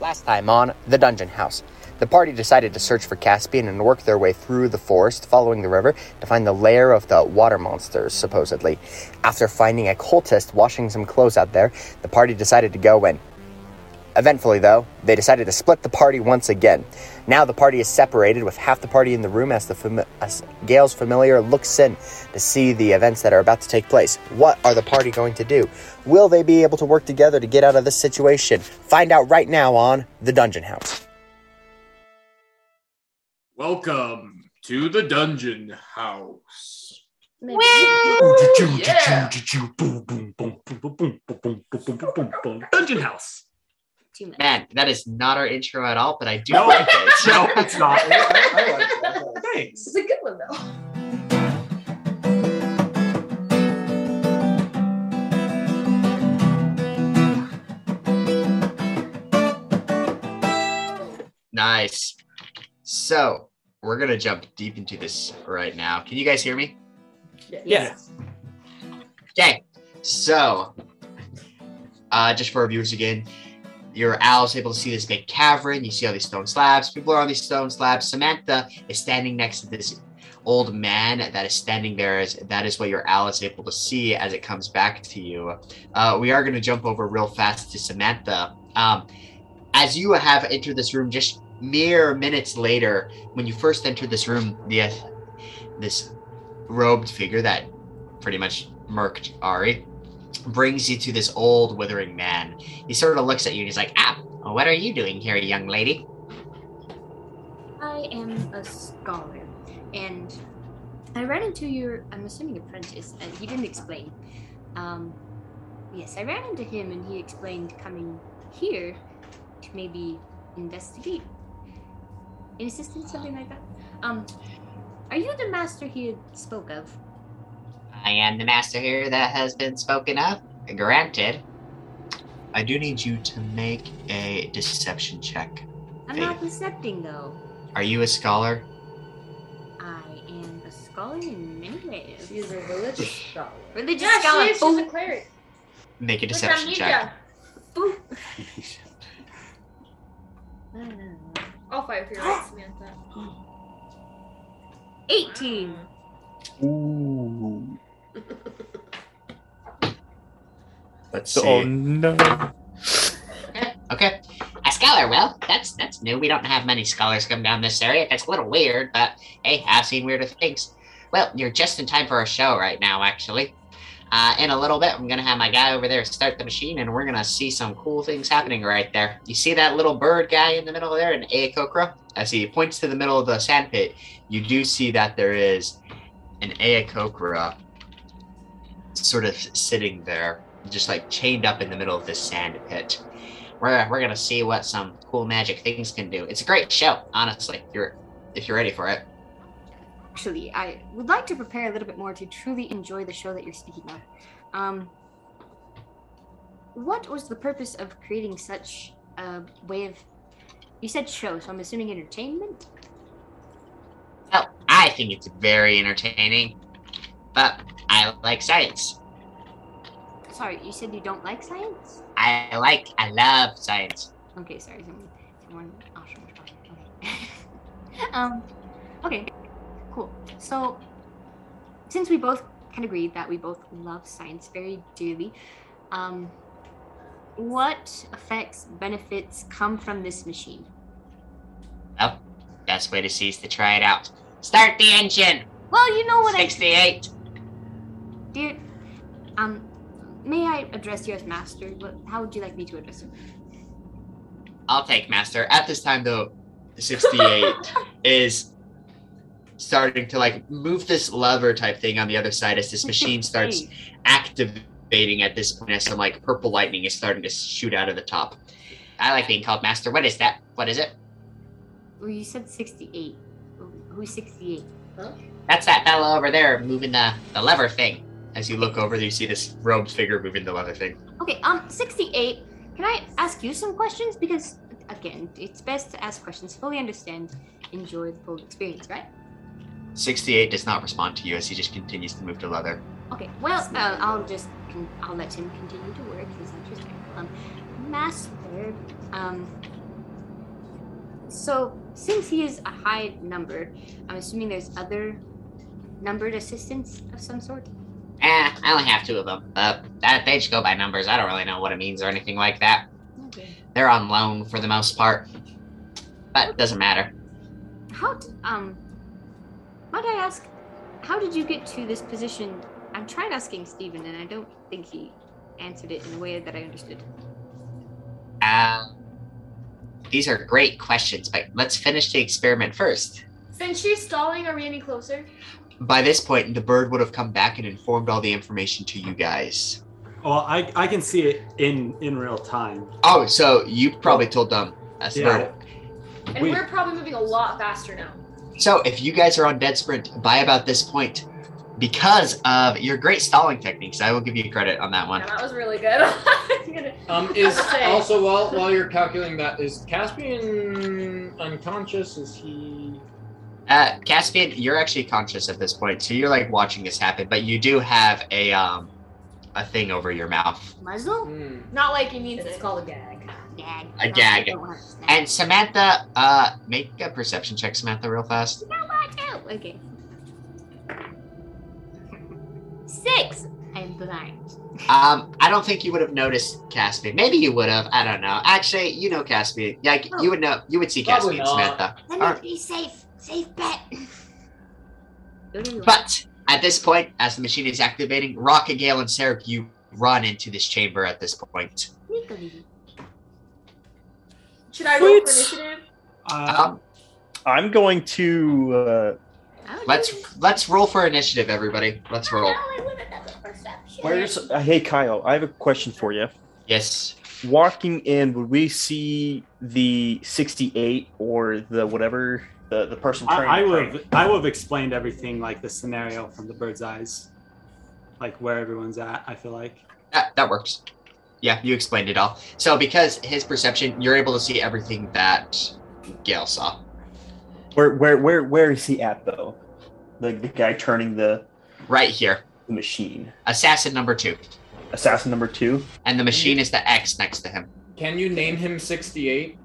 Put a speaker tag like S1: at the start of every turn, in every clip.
S1: Last time on The Dungeon House, the party decided to search for Caspian and work their way through the forest, following the river, to find the lair of the water monsters, supposedly. After finding a cultist washing some clothes out there, the party decided to go in. Eventfully, though, they decided to split the party once again. Now the party is separated, with half the party in the room as, the fami- as Gale's familiar looks in to see the events that are about to take place. What are the party going to do? Will they be able to work together to get out of this situation? Find out right now on The Dungeon House.
S2: Welcome to the dungeon house.
S3: Maybe.
S2: Yeah. Dungeon house.
S3: Too much.
S4: Man, that is not our intro at all, but I do
S2: No.
S4: like it.
S2: No, it's not.
S3: This
S2: Thanks.
S3: is a good one though.
S4: Nice. So we're gonna jump deep into this right now. Can you guys hear me?
S2: Yes.
S4: Okay. So, uh, just for our viewers again, your owl's able to see this big cavern. You see all these stone slabs. People are on these stone slabs. Samantha is standing next to this old man that is standing there. As that is what your owl is able to see as it comes back to you. Uh, we are going to jump over real fast to Samantha. Um, as you have entered this room, just mere minutes later, when you first entered this room, yes, this robed figure that pretty much murked Ari, brings you to this old withering man. He sort of looks at you and he's like, Ah, what are you doing here, young lady?
S3: I am a scholar, and I ran into your, I'm assuming apprentice. Uh, he didn't explain. Um, yes, I ran into him, and he explained coming here to maybe investigate, an assistant, something like that. Um, are you the master he had spoke of?
S4: I am the master here that has been spoken of. Granted. I do need you to make a deception check.
S3: I'm not accepting though.
S4: Are you a scholar?
S3: I am a scholar in many ways.
S5: She's a religious scholar.
S3: Religious
S6: Yeah,
S3: scholar.
S6: she is. She's a cleric.
S4: Make a
S6: With
S4: deception check.
S6: amnesia.
S3: Boop, boop. Uh,
S6: I'll fight for your rights, Samantha.
S3: 18.
S4: Let's
S7: Oh
S4: see.
S7: no!
S4: Okay. A scholar, well, that's that's new. We don't have many scholars come down this area. That's a little weird, but hey, I've seen weirder things. Well, you're just in time for our show right now, actually. Uh, in a little bit, I'm gonna have my guy over there start the machine, and we're gonna see some cool things happening right there. You see that little bird guy in the middle there in Aokra? As he points to the middle of the sand pit, you do see that there is an Aokra sort of sitting there, just like chained up in the middle of this sand pit. We're, we're gonna see what some cool magic things can do. It's a great show, honestly. If you're if you're ready for it.
S3: Actually, I would like to prepare a little bit more to truly enjoy the show that you're speaking of. Um, what was the purpose of creating such a way of. You said show, so I'm assuming entertainment?
S4: Oh, I think it's very entertaining, but I like science.
S3: Sorry, you said you don't like science?
S4: I like, I love science.
S3: Okay, sorry. Someone, someone oh, sure, sure, sure, Okay. um, okay, cool. So, since we both can agree that we both love science very dearly, um, what effects, benefits come from this machine?
S4: Well, best way to see is to try it out. Start the engine.
S3: Well, you know what I
S4: Sixty-eight.
S3: dear. Um, may I address you as master? What, how would you like me to address you?
S4: I'll take master. At this time, though, sixty-eight is starting to like move this lever type thing on the other side as this machine starts
S3: Hey,
S4: activating at this point as some like purple lightning is starting to shoot out of the top. I like being called master. What is that? What is it?
S3: well, you said sixty-eight. Who- Who's sixty-eight?
S4: That's that fellow over there moving the, the lever thing. As you look over, you see this robed figure moving the lever thing.
S3: Okay, um, 68. Can I ask you some questions? Because, again, it's best to ask questions, fully understand, enjoy the full experience, right?
S4: 68 does not respond to you as he just continues to move the leather.
S3: Okay, well, uh, I'll just, con- I'll let him continue to work. He's not respectful. Um, master, um, So since he is a high number, I'm assuming there's other numbered assistants of some sort.
S4: Eh, I only have two of them. Uh, that, they just go by numbers. I don't really know what it means or anything like that.
S3: Okay.
S4: They're on loan for the most part. But it doesn't matter.
S3: How d um might I ask how did you get to this position? I tried asking Steven and I don't think he answered it in a way that I understood.
S4: Uh, these are great questions, but let's finish the experiment first.
S6: Since she's stalling, are we any closer?
S4: By this point, the bird would have come back and informed all the information to you guys.
S2: Well, I, I can see it in in real time.
S4: Oh, so you probably told them. That's the
S2: Yeah.
S4: bird.
S6: And
S2: Wait.
S6: we're probably moving a lot faster now.
S4: So if you guys are on dead sprint by about this point, because of your great stalling techniques, I will give you credit on that one.
S6: Yeah, that was really good. I'm gonna-
S5: Um, is
S6: Say.
S5: also while while you're calculating that, is Caspian unconscious? Is he?
S4: Uh, Caspian, you're actually conscious at this point, so you're like watching this happen, but you do have a um, a thing over your mouth.
S3: Muzzle?
S5: Hmm.
S6: Not like he means
S2: It's
S6: it.
S2: called a gag.
S3: Gag.
S4: A gag.
S3: I don't want to snap.
S4: And Samantha, uh, make a perception check, Samantha, real fast.
S3: No, I don't. Okay. Six. I'm blind.
S4: Um, I don't think you would have noticed Caspian. Maybe you would have. I don't know. Actually, you know Caspian. Like you would know. You would see
S5: Probably
S4: Caspian,
S5: not.
S4: Samantha.
S3: Let
S4: Alright.
S3: be safe. Safe bet. Go to the left.
S4: But at this point, as the machine is activating, Rock and Gale and Seraph, you run into this chamber at this point.
S3: Sneakily.
S6: Should I roll for
S7: Sweet.
S6: initiative?
S2: Uh,
S4: Um,
S7: I'm going to. Uh,
S3: How
S4: let's
S3: do
S4: let's roll for initiative, everybody. Let's roll.
S7: where's uh, hey Kyle? I have a question for you.
S4: Yes.
S7: Walking in, would we see the 68 or the whatever the the person?
S2: I, I
S7: carrying the
S2: would
S7: crate?
S2: have, I would have explained everything like the scenario from the bird's eyes, like where everyone's at. I feel like.
S4: That, that works. Yeah, you explained it all. So because his perception, you're able to see everything that Gale saw.
S7: Where where where where is he at though? The the guy turning the,
S4: Right here.
S7: the machine.
S4: Assassin number two.
S7: Assassin number two.
S4: And the machine is the X next to him.
S5: Can you name him sixty-eight?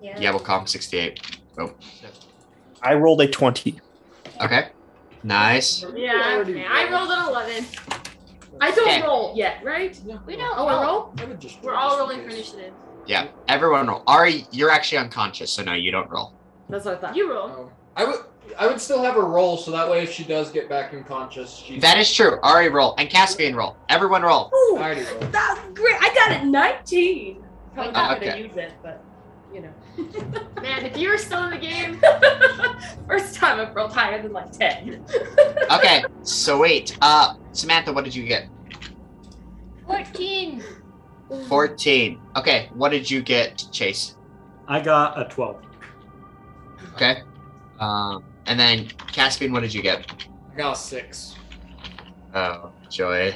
S4: Yeah, we'll call him 68. Boom.
S7: I rolled a 20.
S4: Okay. Nice.
S6: Yeah, okay. I rolled an 11. I don't
S4: Okay.
S6: roll yet, right?
S3: We don't
S6: Oh, I roll?
S5: I would just
S6: We're all rolling for initiative.
S4: Yeah. Everyone roll. Ari, you're actually unconscious, so no, you don't roll.
S8: That's what I thought.
S6: You
S4: Um,
S6: roll.
S5: Oh. I would. I would still have her roll, so that way if she does get back unconscious, she's
S4: That is true. Ari roll. And Caspian roll. Everyone roll.
S8: Ooh,
S5: I already rolled.
S8: that's great. I got a 19. Probably not
S7: Oh,
S4: Okay.
S8: gonna use it, but you know.
S6: Man, if you were still in the game,
S8: First time I've rolled higher than like 10.
S4: Okay. Sweet. Uh, Samantha, what did you get?
S3: 14.
S4: 14. Okay. What did you get, Chase?
S2: I got a twelve.
S4: Okay. Um, and then Caspian, what did you get?
S5: I got a six.
S4: Oh, joy.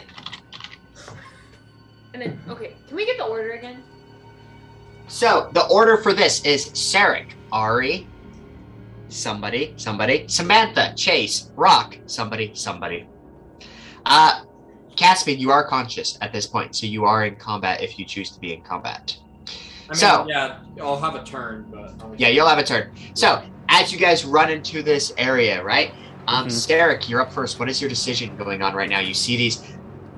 S6: and then okay, can we get the order again?
S4: So the order for this is Sarek, Ari, somebody, somebody, Samantha, Chase, Rock, somebody, somebody. Uh Caspian, you are conscious at this point, so you are in combat if you choose to be in combat.
S5: I mean,
S4: So-
S5: yeah, I'll have a turn, but I'll-
S4: Oh. Yeah, you'll have a turn. So as you guys run into this area, right? Um,
S7: Mhm.
S4: Sarek, you're up first. What is your decision going on right now? You see these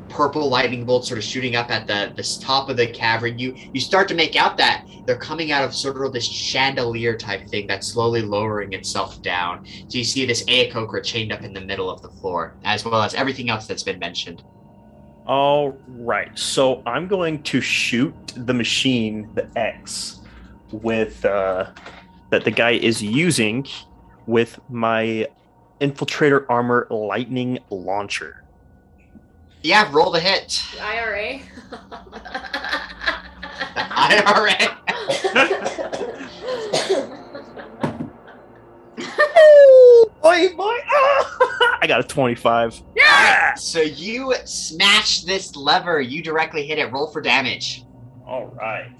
S4: purple lightning bolts sort of shooting up at the this top of the cavern. You you start to make out that they're coming out of sort of this chandelier type thing that's slowly lowering itself down. So you see this Aokra chained up in the middle of the floor, as well as everything else that's been mentioned.
S7: All right. So I'm going to shoot the machine, the X, with uh, that the guy is using with my infiltrator armor lightning launcher.
S4: Yeah, roll the hit.
S6: The IRA.
S4: IRA.
S7: Boy, boy! Ah! I got a 25. Yeah!
S4: So you smash this lever. You directly hit it. Roll for damage.
S7: All right.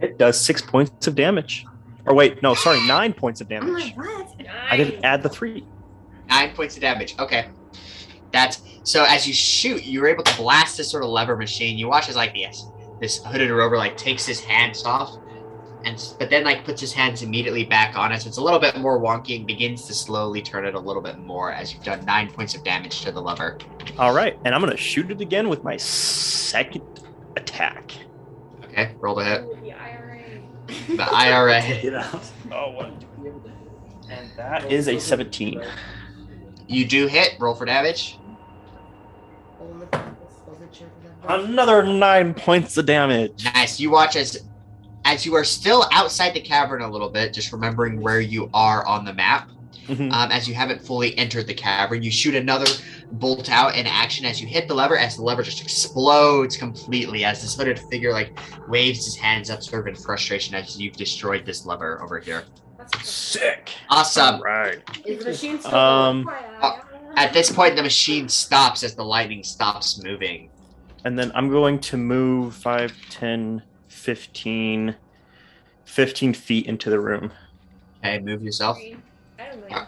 S7: It does six points of damage. Or wait, no, sorry, nine points of
S3: I'm
S7: damage.
S3: like, what?
S7: I didn't add the three.
S4: Nine points of damage. Okay. That's so as you shoot, you're able to blast this sort of lever machine. You watch as like yes, this hooded rover like takes his hands off and and s- but then like puts his hands immediately back on it, so it's a little bit more wonky and begins to slowly turn it a little bit more as you've done nine points of damage to the lever.
S7: All right, and I'm gonna shoot it again with my second attack.
S4: Okay, roll the hit.
S8: Ooh, the IRA.
S4: The IRA.
S2: You know?
S7: Oh, what? And that is a 17.
S4: You do hit. Roll for damage.
S7: Another nine points of damage.
S4: Nice. You watch as as you are still outside the cavern a little bit, just remembering where you are on the map.
S7: Mhm.
S4: Um, as you haven't fully entered the cavern, you shoot another bolt out in action as you hit the lever. As the lever just explodes completely, as this hooded figure like waves his hands up, sort of in frustration, as you've destroyed this lever over here.
S7: Sick.
S4: Awesome.
S7: All right.
S6: Is the machine still
S7: Um,
S6: going?
S4: uh, At this point, the machine stops as the lightning stops moving.
S7: And then I'm going to move 5, 10, 15, 15 feet into the room.
S4: Okay, move yourself.
S8: I don't know.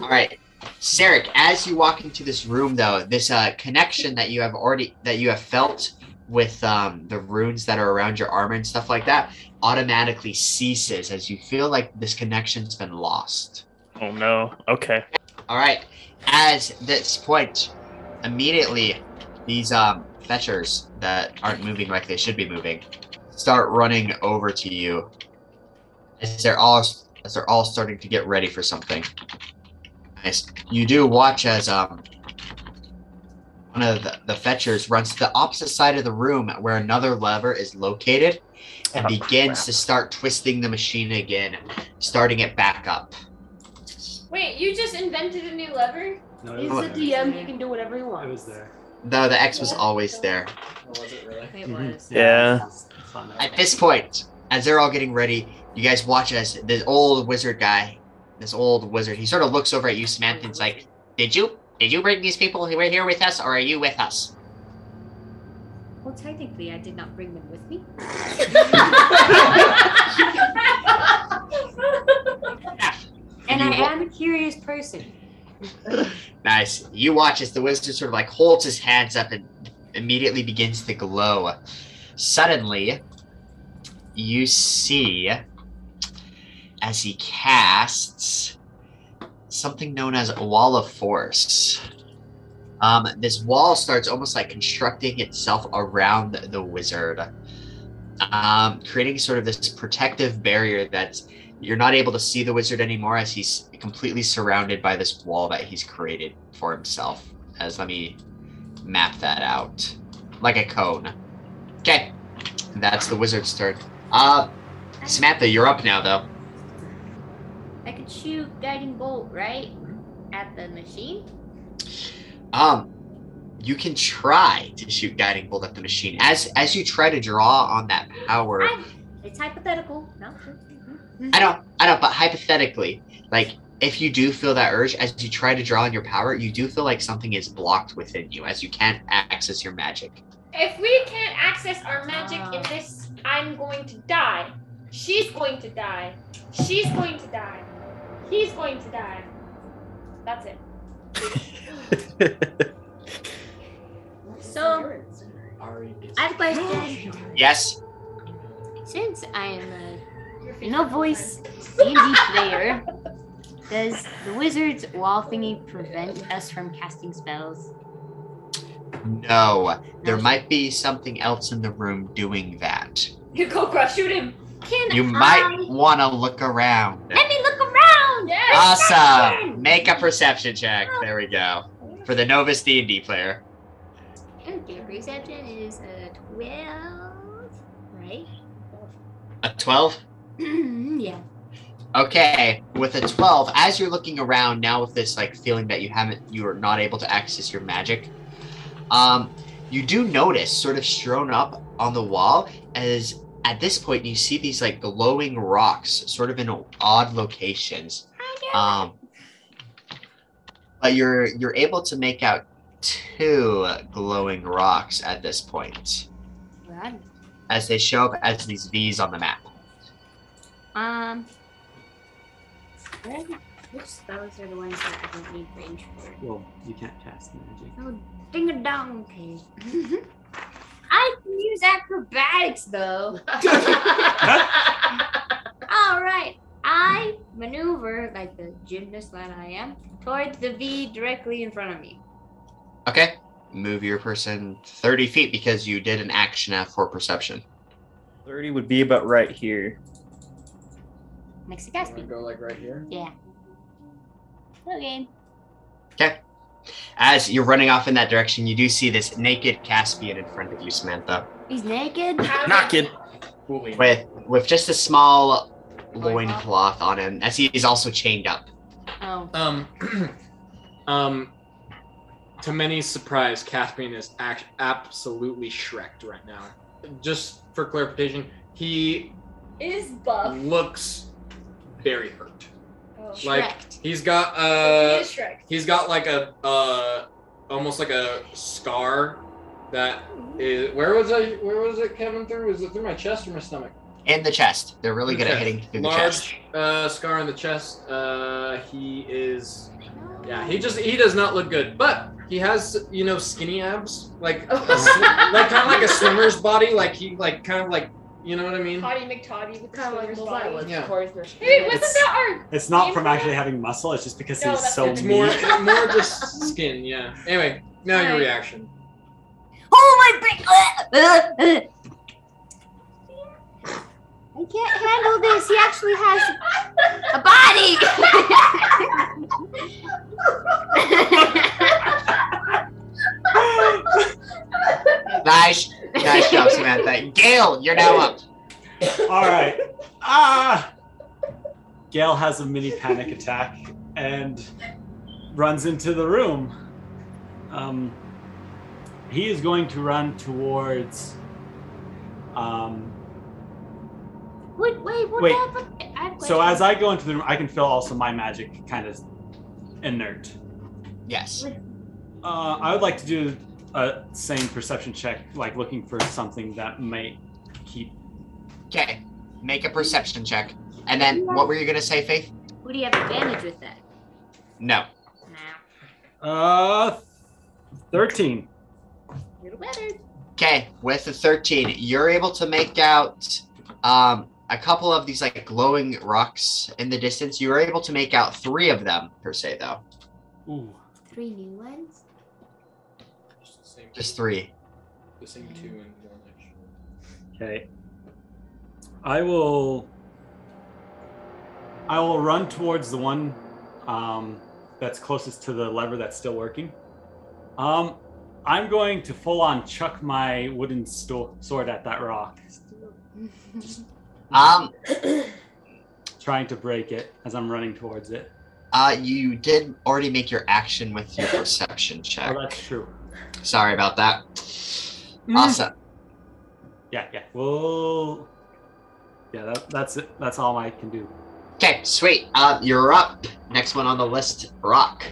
S4: All right, Sarek. As you walk into this room, though, this uh, connection that you have already that you have felt with um, the runes that are around your armor and stuff like that automatically ceases as you feel like this connection's been lost.
S7: Oh no. Okay.
S4: All right. As this point, immediately these um, fetchers that aren't moving like they should be moving start running over to you as they're all as they're all starting to get ready for something. Nice. You do watch as um one of the, the fetchers runs to the opposite side of the room where another lever is located and
S7: Oh,
S4: begins
S7: crap.
S4: to start twisting the machine again, starting it back up.
S8: Wait, you just invented a new lever?
S2: No, it
S6: He's
S2: was
S6: the
S2: there.
S6: DM. He can do whatever he
S2: It
S6: wants.
S2: was there.
S4: Though the X was always there.
S5: Oh, was it really?
S3: It
S4: Mm-hmm.
S3: was.
S7: Yeah.
S2: It's- it's on there.
S4: At this point, as they're all getting ready, you guys watch as this old wizard guy, this old wizard, he sort of looks over at you, Samantha, and's like, "Did you, did you bring these people who were here with us, or are you with us?"
S3: Well, technically, I did not bring them with me. And I am a curious person.
S4: Nice. You watch as the wizard sort of like holds his hands up and immediately begins to glow. Suddenly, you see as he casts something known as a wall of force. Um, this wall starts almost like constructing itself around the wizard, um, creating sort of this protective barrier that's you're not able to see the wizard anymore as he's completely surrounded by this wall that he's created for himself. As let me map that out like a cone. Okay, that's the wizard's turn. Uh, Samantha, you're up now though.
S3: I could shoot guiding bolt right at the machine.
S4: Um, you can try to shoot guiding bolt at the machine as as you try to draw on that power.
S3: I, it's hypothetical. No.
S4: I don't, I don't, but hypothetically, like if you do feel that urge as you try to draw on your power, you do feel like something is blocked within you as you can't access your magic.
S8: If we can't access our magic in
S3: Ah.
S8: this, I'm going to die. She's going to die. She's going to die. He's going to die. That's it.
S3: So, I have a question.
S4: Yes.
S3: Since I am a
S8: Your face
S3: no
S8: is
S3: voice D&D player, does the wizard's wall thingy prevent us from casting spells?
S4: No. There might be something else in the room doing that.
S8: You go crush, shoot him.
S3: Can
S4: You
S3: I...
S4: might want to look around.
S3: Let me look around.
S8: Yes.
S4: Awesome. Make a perception check. There we go. For the novice D and D player.
S3: Okay, perception is a twelve, right?
S4: A twelve.
S3: yeah.
S4: Okay, with a 12, as you're looking around now with this like feeling that you haven't you are not able to access your magic, um, you do notice sort of strewn up on the wall as at this point you see these like glowing rocks sort of in odd locations. Um but you're you're able to make out two glowing rocks at this point
S3: Right.
S4: as they show up as these V's on the map.
S3: Um. Which spells are the ones that I don't need range for?
S2: Well, you can't cast magic.
S3: Oh, ding a dong. Okay. I can use acrobatics though.
S8: Fine.
S3: gymnast that I am, towards the V directly in front of me.
S4: Okay. Move your person 30 feet because you did an action F for perception.
S7: 30 would be about right here.
S3: Next to
S5: I'm gonna
S3: Gatsby.
S5: go like right here.
S3: Okay.
S4: As you're running off in that direction, you do see this naked Caspian in front of you, Samantha,
S3: He's naked.
S8: How
S7: Knocking.
S5: Fully.
S4: with with just a small loincloth on him, as he is also chained up.
S3: Oh.
S5: Um, um, to many's surprise, Caspian is act- absolutely shreked right now. Just for clarification, he
S6: Is buff.
S5: looks very hurt.
S6: Oh.
S5: Like-
S3: Shrek.
S5: He's got
S6: So he
S5: uh,
S6: is Shrek.
S5: he's got like a uh, almost like a scar that is. Where was I? Where was it? Kevin through? Was it through my chest or my stomach?
S4: In the chest. They're really good at
S5: Okay.
S4: hitting through the
S5: Large
S4: chest.
S5: uh, scar on the chest. Uh, he is Yeah, he just he does not look good, but he has you know skinny abs, like a sli- like kind of like a swimmer's body, like he like kind of like you know what I mean.
S6: Toddy McToddy with
S8: Kinda like
S6: the
S8: Bullseye
S6: body.
S8: was
S5: Yeah.
S8: Wait, wasn't
S2: It's-
S8: that our
S2: It's not
S8: Aim
S2: from
S8: for
S2: actually having muscle. It's just because
S6: No,
S2: he's
S6: that's
S2: so
S5: It's more
S2: mean.
S5: it's more just skin, yeah. Anyway, now your
S3: Alright.
S5: reaction.
S3: Oh my big! I can't handle this. He actually has a body.
S4: Nice. Nice job, Samantha. Gail, you're now up.
S2: All right. Ah. Gail has a mini panic attack and runs into the room. Um, he is going to run towards. Um,
S3: Wait, wait, what
S2: Wait.
S3: happened? I have
S2: so as
S3: questions.
S2: I go into the room, I can feel also my magic kind of inert.
S4: Yes.
S2: Uh, I would like to do a same perception check, like looking for something that might keep.
S4: Okay. Make a perception check. And then what were you gonna say, Faith?
S3: Would he have advantage with that?
S4: No.
S3: Nah,
S2: Uh, thirteen.
S3: little better.
S4: Okay, with the 13, you're able to make out um, a couple of these like glowing rocks in the distance. You were able to make out three of them per se, though.
S2: Ooh.
S3: Three new ones.
S5: Just the same,
S4: Just three.
S5: the same two and one. action.
S2: Okay. I will. I will run towards the one um, that's closest to the lever that's still working. Um, I'm going to full on chuck my wooden sto- sword at that rock,
S4: Um,
S2: trying to break it as I'm running towards it.
S4: uh, you did already make your action with your perception check.
S2: Oh, that's true.
S4: Sorry about that. Awesome.
S2: Yeah, yeah. Well, yeah. That, that's it. That's all I can do.
S4: Okay, sweet. Uh, you're up. Next one on the list, Rock.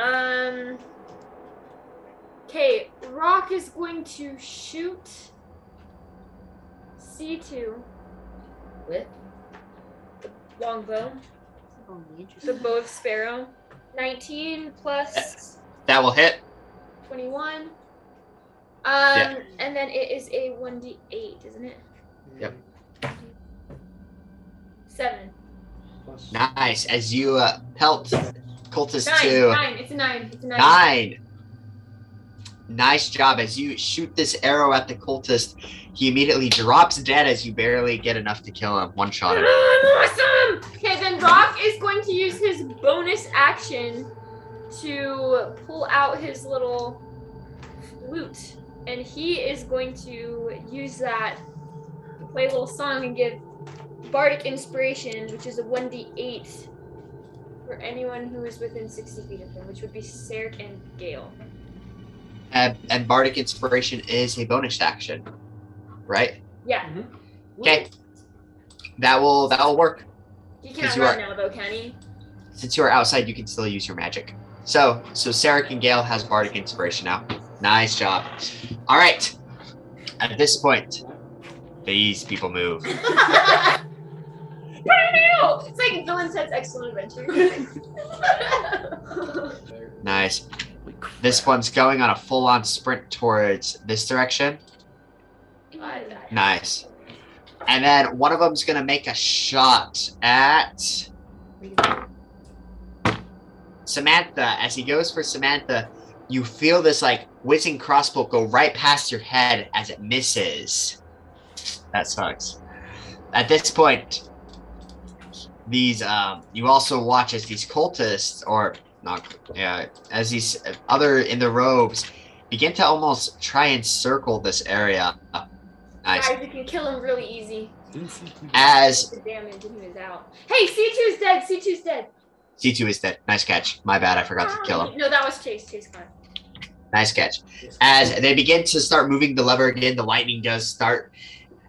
S8: Um. Okay, Rock is going to shoot C2
S6: With
S8: longbow,
S3: Oh,
S6: the
S3: interesting.
S6: bow of sparrow.
S8: 19 plus
S4: That will hit.
S8: 21. Um,
S4: Yeah.
S8: and then it is a 1d8, isn't it?
S4: Yep.
S8: Seven.
S5: Plus-
S4: Nice. As you uh, pelt Cultist
S8: Nine.
S4: 2.
S8: Nine. It's a nine. It's a nine.
S4: Nine. Nice job. As you shoot this arrow at the cultist, he immediately drops dead as you barely get enough to kill him. One shot him.
S8: Awesome! Okay, then Rock is going to use his bonus action to pull out his little flute. And he is going to use that to play a little song and give Bardic Inspiration, which is a 1d8 for anyone who is within 60 feet of him, which would be Sarek and Gale.
S4: And, and Bardic Inspiration is a bonus action, right?
S8: Yeah.
S4: Okay. That will that will work.
S8: He
S4: Because
S8: cannot
S4: you
S8: run now,
S4: are-
S8: though, can he?
S4: Since you are outside, you can still use your magic. So so Sarek and Gale has Bardic Inspiration now. Nice job. All right. At this point, these people move.
S8: No! It's like Villain Says Excellent Adventure.
S4: Nice. This one's going on a full on sprint towards this direction. Nice. And then one of them's gonna make a shot at Samantha. As he goes for Samantha, you feel this like whizzing crossbow go right past your head as it misses. That sucks. At this point, these um, you also watch as these cultists or not yeah as these other in the robes begin to almost try and circle this area. Nice.
S8: Guys, we can kill him really easy.
S4: As
S8: The damage and he was out. Hey, C2's dead. C2's dead.
S4: C2 is dead. Nice catch. My bad. I forgot to kill him.
S8: No, that was Chase. Chase got it.
S4: Nice catch. As they begin to start moving the lever again, the lightning does start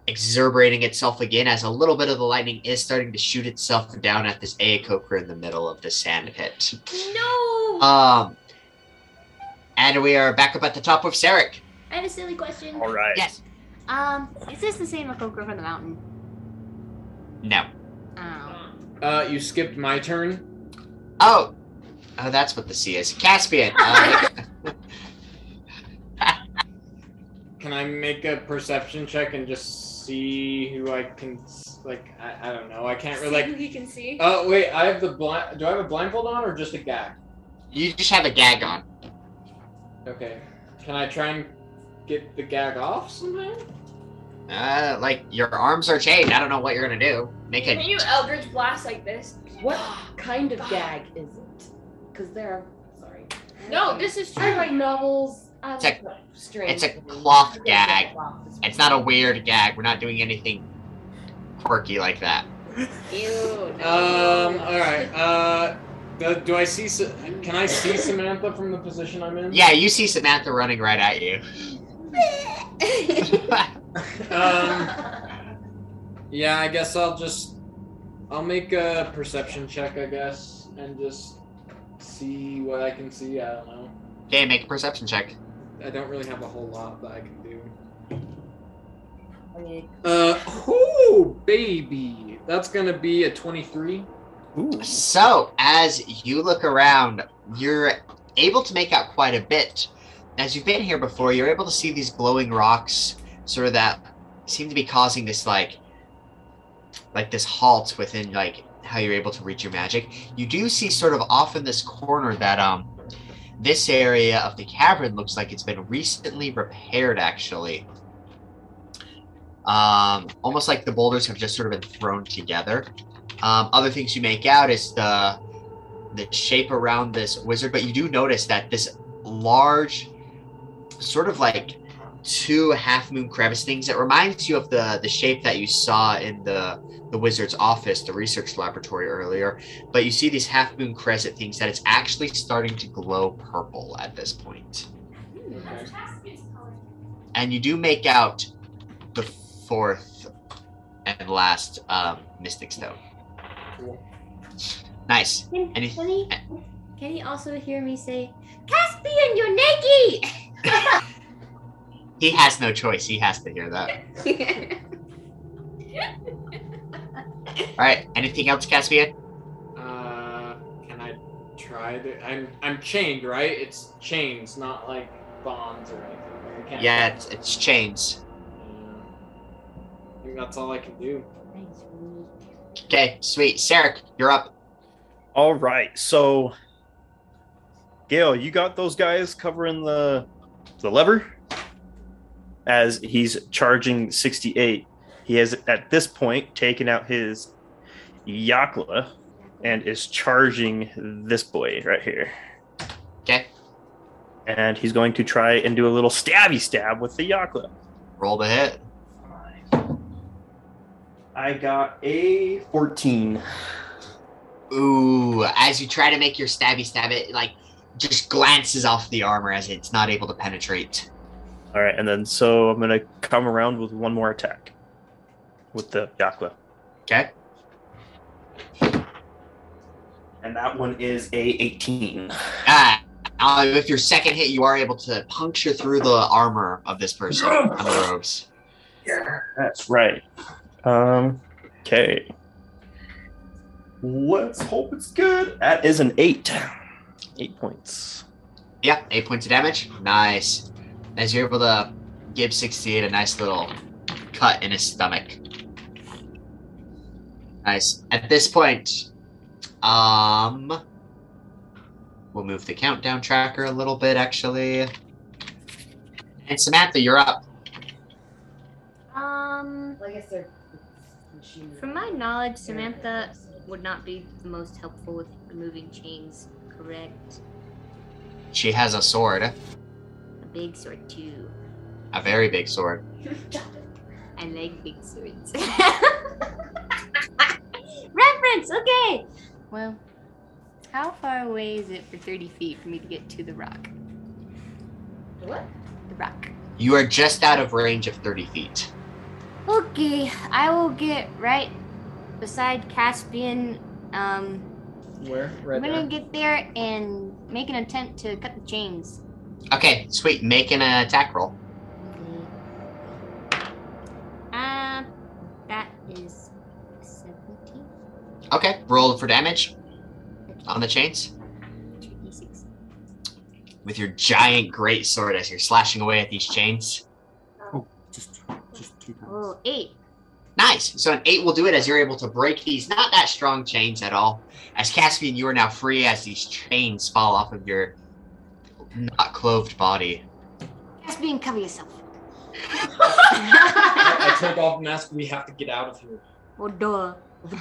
S4: exuberating itself again as a little bit of the lightning is starting to shoot itself down at this Aeocoker in the middle of the sand pit.
S8: No.
S4: Um, and we are back up at the top with Sarek.
S3: I have a silly question.
S7: All right.
S4: Yes.
S3: Um, is this the same Akoko from the mountain?
S4: No.
S3: Oh.
S5: Uh, you skipped my turn.
S4: Oh. Oh, that's what the C is. Caspian. Uh,
S5: Can I make a perception check and just see who I can? s- Like, I, I don't know. I can't
S8: See
S5: really.
S8: who
S5: Like,
S8: he can see.
S5: oh wait, I have the blind. Do I have a blindfold on or just a gag?
S4: you just have a gag on.
S5: Okay. Can I try and get the gag off somehow?
S4: Uh, like your arms are chained. I don't know what you're gonna do. Make
S8: Can
S4: it.
S8: you Eldritch blast like this?
S9: What kind of gag is it? Because there are. Sorry.
S8: No, this is true.
S9: I like novels. I
S4: It's
S9: like strange.
S4: It's a
S9: things.
S4: cloth
S9: Yeah,
S4: gag.
S9: cloth is-
S4: It's not a weird gag. We're not doing anything quirky like that.
S9: Ew.
S5: Um. All right. Uh. Do, do I see? Sa- Can I see Samantha from the position I'm in?
S4: Yeah, you see Samantha running right at you.
S5: Um. Yeah, I guess I'll just I'll make a perception check, I guess, and just see what I can see. I don't know.
S4: okay, make a perception check.
S5: I don't really have a whole lot that I can do.
S9: I mean,
S5: Uh, oh, baby, that's gonna be a twenty-three.
S7: Ooh.
S4: So, as you look around, you're able to make out quite a bit. As you've been here before, you're able to see these glowing rocks, sort of that seem to be causing this like, like this halt within like how you're able to reach your magic. You do see sort of off in this corner that um, this area of the cavern looks like it's been recently repaired, actually. Um, almost like the boulders have just sort of been thrown together. Um, other things you make out is the the shape around this wizard, but you do notice that this large, sort of like two half moon crevice things. It reminds you of the the shape that you saw in the the wizard's office, the research laboratory earlier. But you see these half moon crescent things that it's actually starting to glow purple at this point,
S5: Okay.
S4: and you do make out the fourth and last um, mystic stone.
S5: Cool.
S4: Nice.
S3: Can,
S4: Any-
S3: can he, can he also hear me say, Caspian, you're naked?
S4: He has no choice. He has to hear that.
S8: Um,
S4: All right. Anything else, Caspian?
S5: Uh, can I try to? I'm I'm chained, right? It's chains, not like bonds or anything. I can't-
S4: Yeah, it's, it's chains.
S5: Yeah. I think that's all I can do.
S4: Okay, sweet. Sarek, you're up.
S7: All right. So, Gail, you got those guys covering the the lever as he's charging 68. He has at this point taken out his Yakla and is charging this boy right here.
S4: Okay.
S7: And he's going to try and do a little stabby stab with the Yakla.
S4: Roll the hit.
S7: I got a 14.
S4: Ooh, as you try to make your stabby stab, it like just glances off the armor as it's not able to penetrate.
S7: All right, and then so I'm gonna come around with one more attack with the Yakla.
S4: Okay.
S7: And that one is a 18.
S4: Ah, uh, with your second hit, you are able to puncture through the armor of this person on the robes.
S7: That's right. Um. Okay. Let's hope it's good. That is an eight. Eight points.
S4: Yeah, eight points of damage. Nice. As you're able to give 68 a nice little cut in his stomach. Nice. At this point, um, we'll move the countdown tracker a little bit, actually. And Samantha, you're up.
S3: Um,
S9: Well, I guess they're. machine-
S3: from my knowledge, Samantha would not be the most helpful with removing chains. Correct.
S4: She has a sword,
S3: A big sword too.
S4: a very big sword.
S3: I like big swords. Reference. Okay. Well, how far away is it for thirty feet for me to get to the rock?
S9: What?
S3: The rock.
S4: You are just out of range of 30 feet.
S3: Okay, I will get right beside Caspian. Um,
S5: Where? Right
S3: I'm gonna
S5: there.
S3: get there and make an attempt to cut the chains.
S4: Okay, sweet. Make an attack roll.
S3: Uh, that is 17.
S4: Okay, roll for damage on the chains
S3: 2d6.
S4: with your giant great sword as you're slashing away at these chains.
S2: Just, just two times.
S3: Oh, eight.
S4: Nice. So an eight will do it as you're able to break these not that strong chains at all. As Caspian, you are now free as these chains fall off of your not clothed body.
S3: Caspian, cover yourself.
S5: I, I take off the mask. We have to get out of here.
S3: Well, Oh, duh.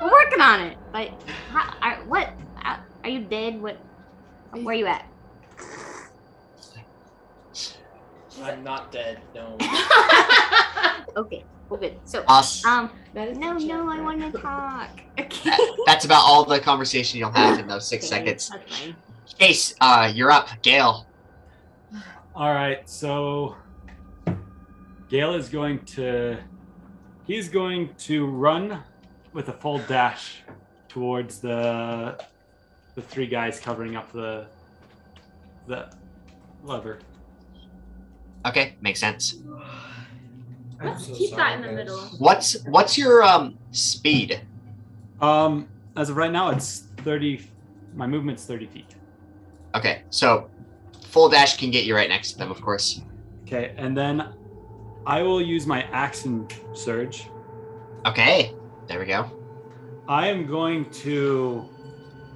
S3: We're working on it, but how, are, what? Are are you dead? What? Where are you at?
S5: I'm not dead. No.
S3: Okay, well, good. So,
S4: Us.
S3: um,
S9: That is
S3: no,
S9: the
S3: no, I
S9: check,
S3: want
S9: right?
S3: to talk. Okay.
S4: That- that's about all the conversation you'll have in those six
S3: Okay,
S4: seconds.
S3: That's fine.
S4: Case, uh, you're up. Gail.
S2: All right, so Gale is going to he's going to run with a full dash towards the the three guys covering up the the lever.
S4: Okay, makes sense.
S5: I'm
S8: Let's
S5: so
S8: keep
S5: sorry,
S8: that in the
S5: guys.
S8: middle.
S4: What's what's your um speed?
S2: Um as of right now it's 30 my movement's 30 feet.
S4: Okay, so full dash can get you right next to them, of course.
S2: Okay, and then I will use my action surge.
S4: Okay, there we go.
S2: I am going to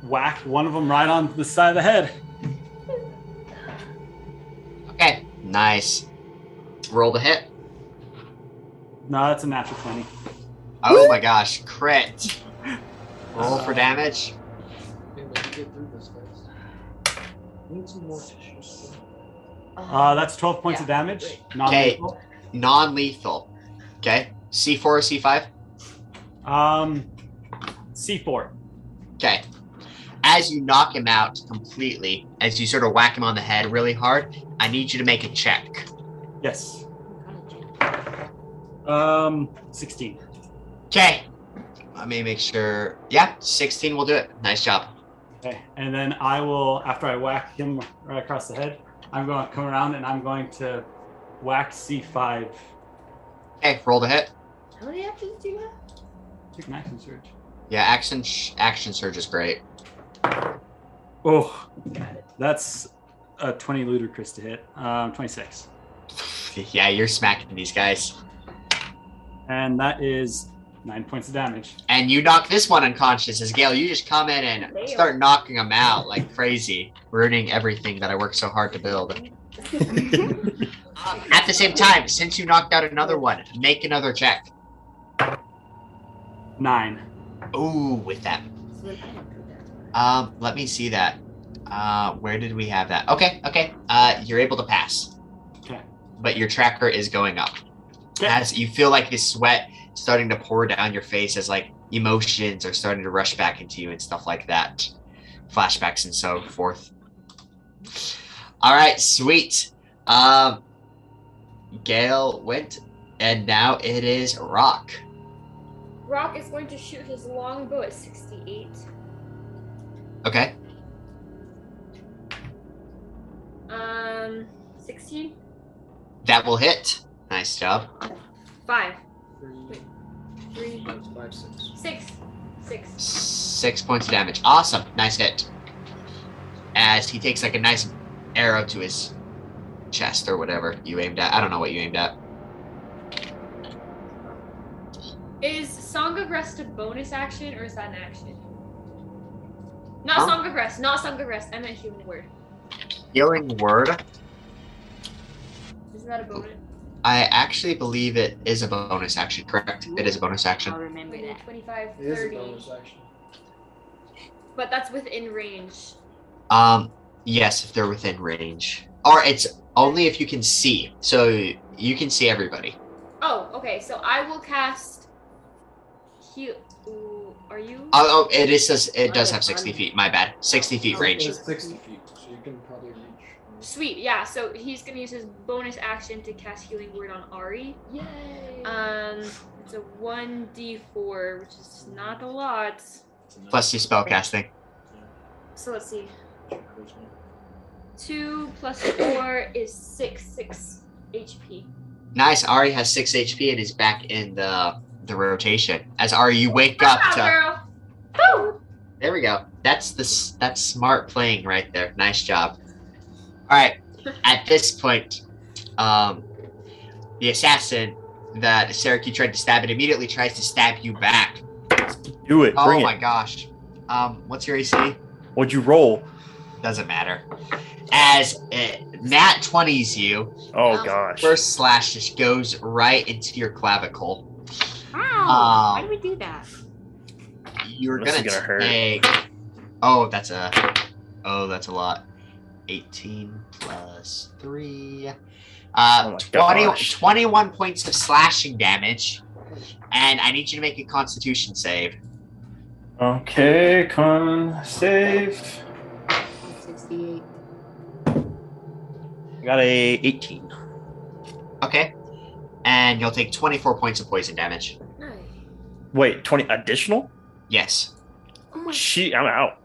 S2: whack one of them right on the side of the head.
S4: Okay, nice. Roll the hit.
S2: No, that's a natural 20.
S4: Oh my gosh, crit. Roll for damage.
S5: Okay, let me get through this first. I need some more tissues.
S2: Uh, that's 12 points of damage. Not
S4: Okay.
S2: lethal.
S4: non lethal. Okay. C4 or C5?
S2: Um, C4.
S4: Okay. As you knock him out completely, as you sort of whack him on the head really hard, I need you to make a check.
S2: Yes. Um, 16.
S4: Okay. Let me make sure. Yeah, 16 will do it. Nice job.
S2: Okay. And then I will, after I whack him right across the head, I'm going to come around and I'm going to whack C5.
S4: Okay, roll the hit.
S9: How many actions do you have?
S2: Take an action surge.
S4: Yeah, action sh- action surge is great.
S2: Oh, that's a 20 ludicrous to hit. Um, 26.
S4: yeah, you're smacking these guys.
S2: And that is nine points of damage.
S4: And you knock this one unconscious as Gail, you just come in and start knocking him out like crazy, ruining everything that I worked so hard to build. Um, At the same time, since you knocked out another one, make another check.
S2: Nine.
S4: Ooh, with that.
S9: So then I don't do that.
S4: Um, let me see that. Uh, where did we have that? Okay, okay. Uh, you're able to pass.
S2: Okay.
S4: But your tracker is going up.
S2: Okay.
S4: As you feel like the sweat starting to pour down your face as like emotions are starting to rush back into you and stuff like that. Flashbacks and so forth. All right, sweet. Um, Gail went, and now it is Rock.
S8: Rock is going to shoot his longbow at 68.
S4: Okay.
S8: Um, 60?
S4: That will hit. Nice job.
S8: 5.
S5: Three,
S8: 3.
S5: five, six.
S8: 6. 6.
S4: Six points of damage. Awesome. Nice hit. As he takes like a nice arrow to his chest or whatever you aimed at. I don't know what you aimed at.
S8: Is Song of Rest a bonus action or is that an action? Not
S4: Huh?
S8: Song of Rest, not Song of Rest. I meant Human Word.
S4: Healing word.
S8: Isn't that a bonus?
S4: I actually believe it is a bonus action. Correct. It is a bonus action.
S3: I'll remember that.
S8: 25,
S5: It is a
S8: 30.
S5: bonus action.
S8: But that's within range.
S4: Um, yes, if they're within range, or it's only if you can see. So you can see everybody.
S8: Oh, okay. So I will cast. Heal. Ooh, Are you?
S4: Oh, oh it is. says- It does
S9: Oh,
S4: have sixty
S9: I'm-
S4: feet. My bad. Sixty feet
S5: Oh,
S4: range.
S5: It's 60 feet, so you can probably reach.
S8: Sweet. Yeah. So he's gonna use his bonus action to cast Healing Word on Ari.
S6: Yay.
S8: Um, it's a one d four, which is not a lot.
S4: Plus your spellcasting.
S8: So let's see. Two plus four is six. Six HP.
S4: Nice. Ari has six HP and is back in the the rotation. As Ari, you wake up
S8: Ah,
S4: to.
S8: girl. Woo!
S4: There we go. That's the s- that's smart playing right there. Nice job. All right. At this point, um, the assassin that Syracuse tried to stab and immediately tries to stab you back.
S7: Do it.
S4: Oh
S7: Bring
S4: my
S7: it.
S4: gosh. Um, what's your AC?
S7: What'd you roll?
S4: Doesn't matter. As it, Nat twenties you,
S7: Oh
S3: Um,
S7: gosh.
S4: first slash just goes right into your clavicle.
S3: How?
S8: Oh,
S3: Why
S4: Um,
S3: do we do that?
S4: You're
S7: This
S4: gonna,
S7: is gonna hurt.
S4: take. Oh, that's a. Oh, that's a lot. 18 plus 3.
S7: Oh
S4: Uh,
S7: my
S4: 20,
S7: gosh.
S4: 21 points of slashing damage. And I need you to make a constitution save.
S7: Okay, con save.
S3: 68.
S7: Got a 18.
S4: Okay. And you'll take 24 points of poison damage.
S7: Wait, 20 additional?
S4: Yes.
S3: Oh my
S7: She, I'm out.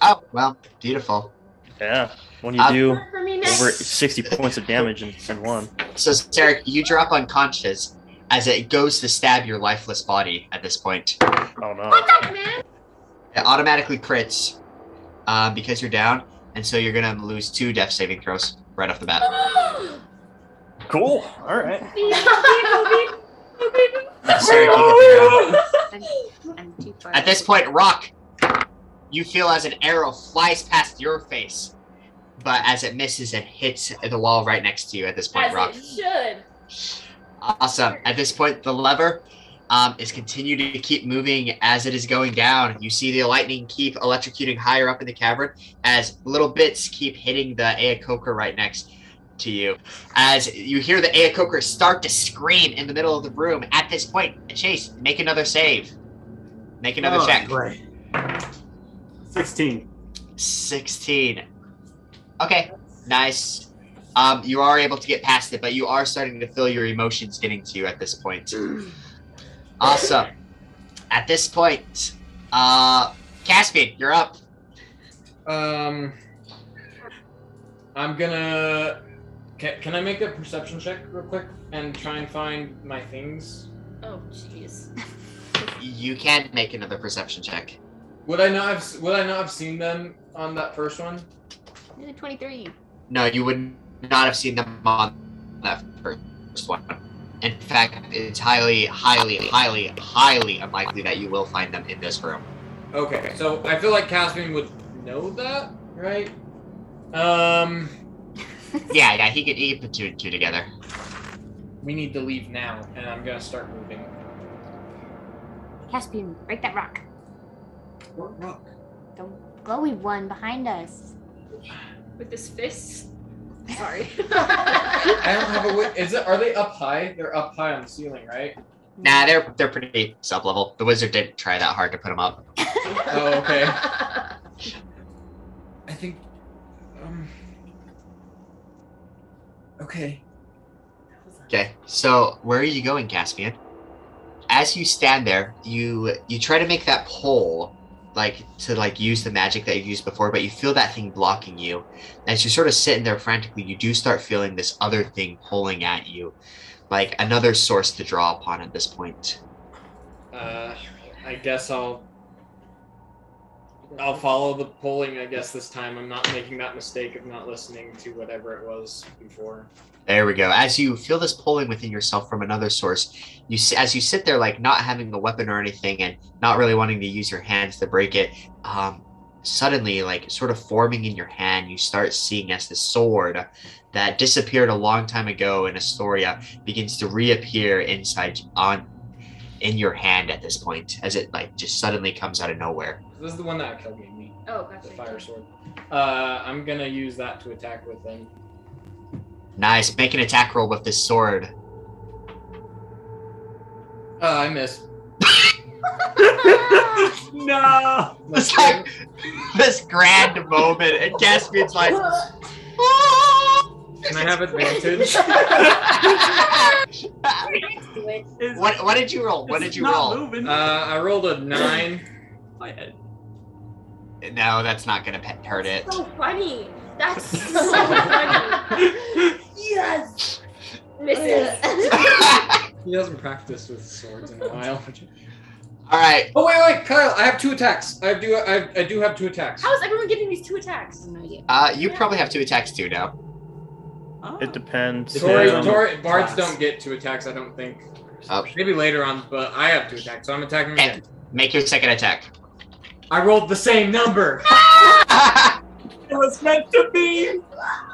S4: Oh, well, beautiful.
S7: Yeah. When you
S4: Uh,
S7: do
S8: For me next.
S7: over 60 points of damage in, in one.
S4: So, Sarah, you drop unconscious as it goes to stab your lifeless body at this point.
S7: Oh no.
S4: It automatically crits uh, because you're down, and so you're gonna lose two death saving throws right off the bat.
S7: Cool. All right.
S4: Sorry, keep it down.
S3: I'm too far.
S4: At this point, Rock, you feel as an arrow flies past your face, but as it misses and hits the wall right next to you. At this point,
S6: As
S4: Rock,
S6: it should.
S4: awesome. At this point, the lever. Um, is continue to keep moving as it is going down. You see the lightning keep electrocuting higher up in the cavern as little bits keep hitting the Aokoker right next to you. As you hear the Aokoker start to scream in the middle of the room. At this point, Chase, make another save. Make another
S2: Oh,
S4: check.
S2: great. 16.
S4: 16. Okay, nice. Um, you are able to get past it, but you are starting to feel your emotions getting to you at this point. awesome. At this point, uh, Caspian, you're up.
S5: Um, I'm gonna. Can, can I make a perception check real quick and try and find my things?
S3: Oh, jeez.
S4: You can make another perception check.
S5: Would I not have? s- Would I not have seen them on that first one?
S3: You're the 23.
S4: No, you would not have seen them on that first one. In fact, it's highly, highly, highly, highly unlikely that you will find them in this room.
S5: Okay, so I feel like Caspian would know that, right? Um,
S4: Yeah, yeah, he could, he could put two and two together.
S5: we need to leave now, and I'm gonna start moving.
S3: Caspian, break that rock.
S5: What rock?
S3: The glowy one behind us.
S8: With his fists. Sorry.
S5: I don't have a. wi- Is it? Are they up high? They're up high on the ceiling, right?
S4: Nah, they're they're pretty sub level. The wizard didn't try that hard to put them up.
S5: Oh, okay. I think. Um, okay.
S4: Okay, so where are you going, Caspian? As you stand there, you you try to make that pole, like to like use the magic that you've used before, but you feel that thing blocking you. As you're sort of sitting there frantically, you do start feeling this other thing pulling at you, like another source to draw upon at this point.
S5: Uh, I guess I'll I'll follow the polling, I guess, this time. I'm not making that mistake of not listening to whatever it was before.
S4: There we go. As you feel this pulling within yourself from another source, you s- as you sit there, like not having a weapon or anything, and not really wanting to use your hands to break it. Um, suddenly, like sort of forming in your hand, you start seeing as the sword that disappeared a long time ago in Astoria begins to reappear inside on in your hand at this point, as it like just suddenly comes out of nowhere.
S5: This is the one that killed me, me,
S10: Oh,
S5: the
S10: gotcha.
S5: fire sword. Uh, I'm gonna use that to attack with them.
S4: Nice. Make an attack roll with this sword.
S5: Uh, I miss.
S2: No.
S4: It's like this grand moment, and Caspian's like,
S5: Can I have advantage? Uh,
S11: Do it.
S2: It's,
S4: what, what did you roll? What did
S2: it's
S4: you
S2: not
S4: roll?
S2: Moving.
S5: uh, I rolled a nine.
S4: No, that's not gonna pe- hurt it.
S10: So funny. That's so funny.
S8: Yes.
S10: Mrs.
S5: He hasn't practiced with swords in a while.
S4: All right.
S5: Oh wait, wait, Kyle! I have two attacks. I do, I, I do have two attacks.
S10: How is everyone getting these two attacks?
S11: No, yeah.
S4: Uh, you probably have two attacks too now.
S2: Oh.
S7: It depends. Um,
S5: Sorry,
S7: on-
S5: Tori, bards
S2: Class.
S5: don't get two attacks. I don't think.
S4: Oh.
S5: Maybe later on, but I have two attacks, so I'm attacking again.
S4: Make your second attack.
S5: I rolled the same number.
S2: It was meant to be.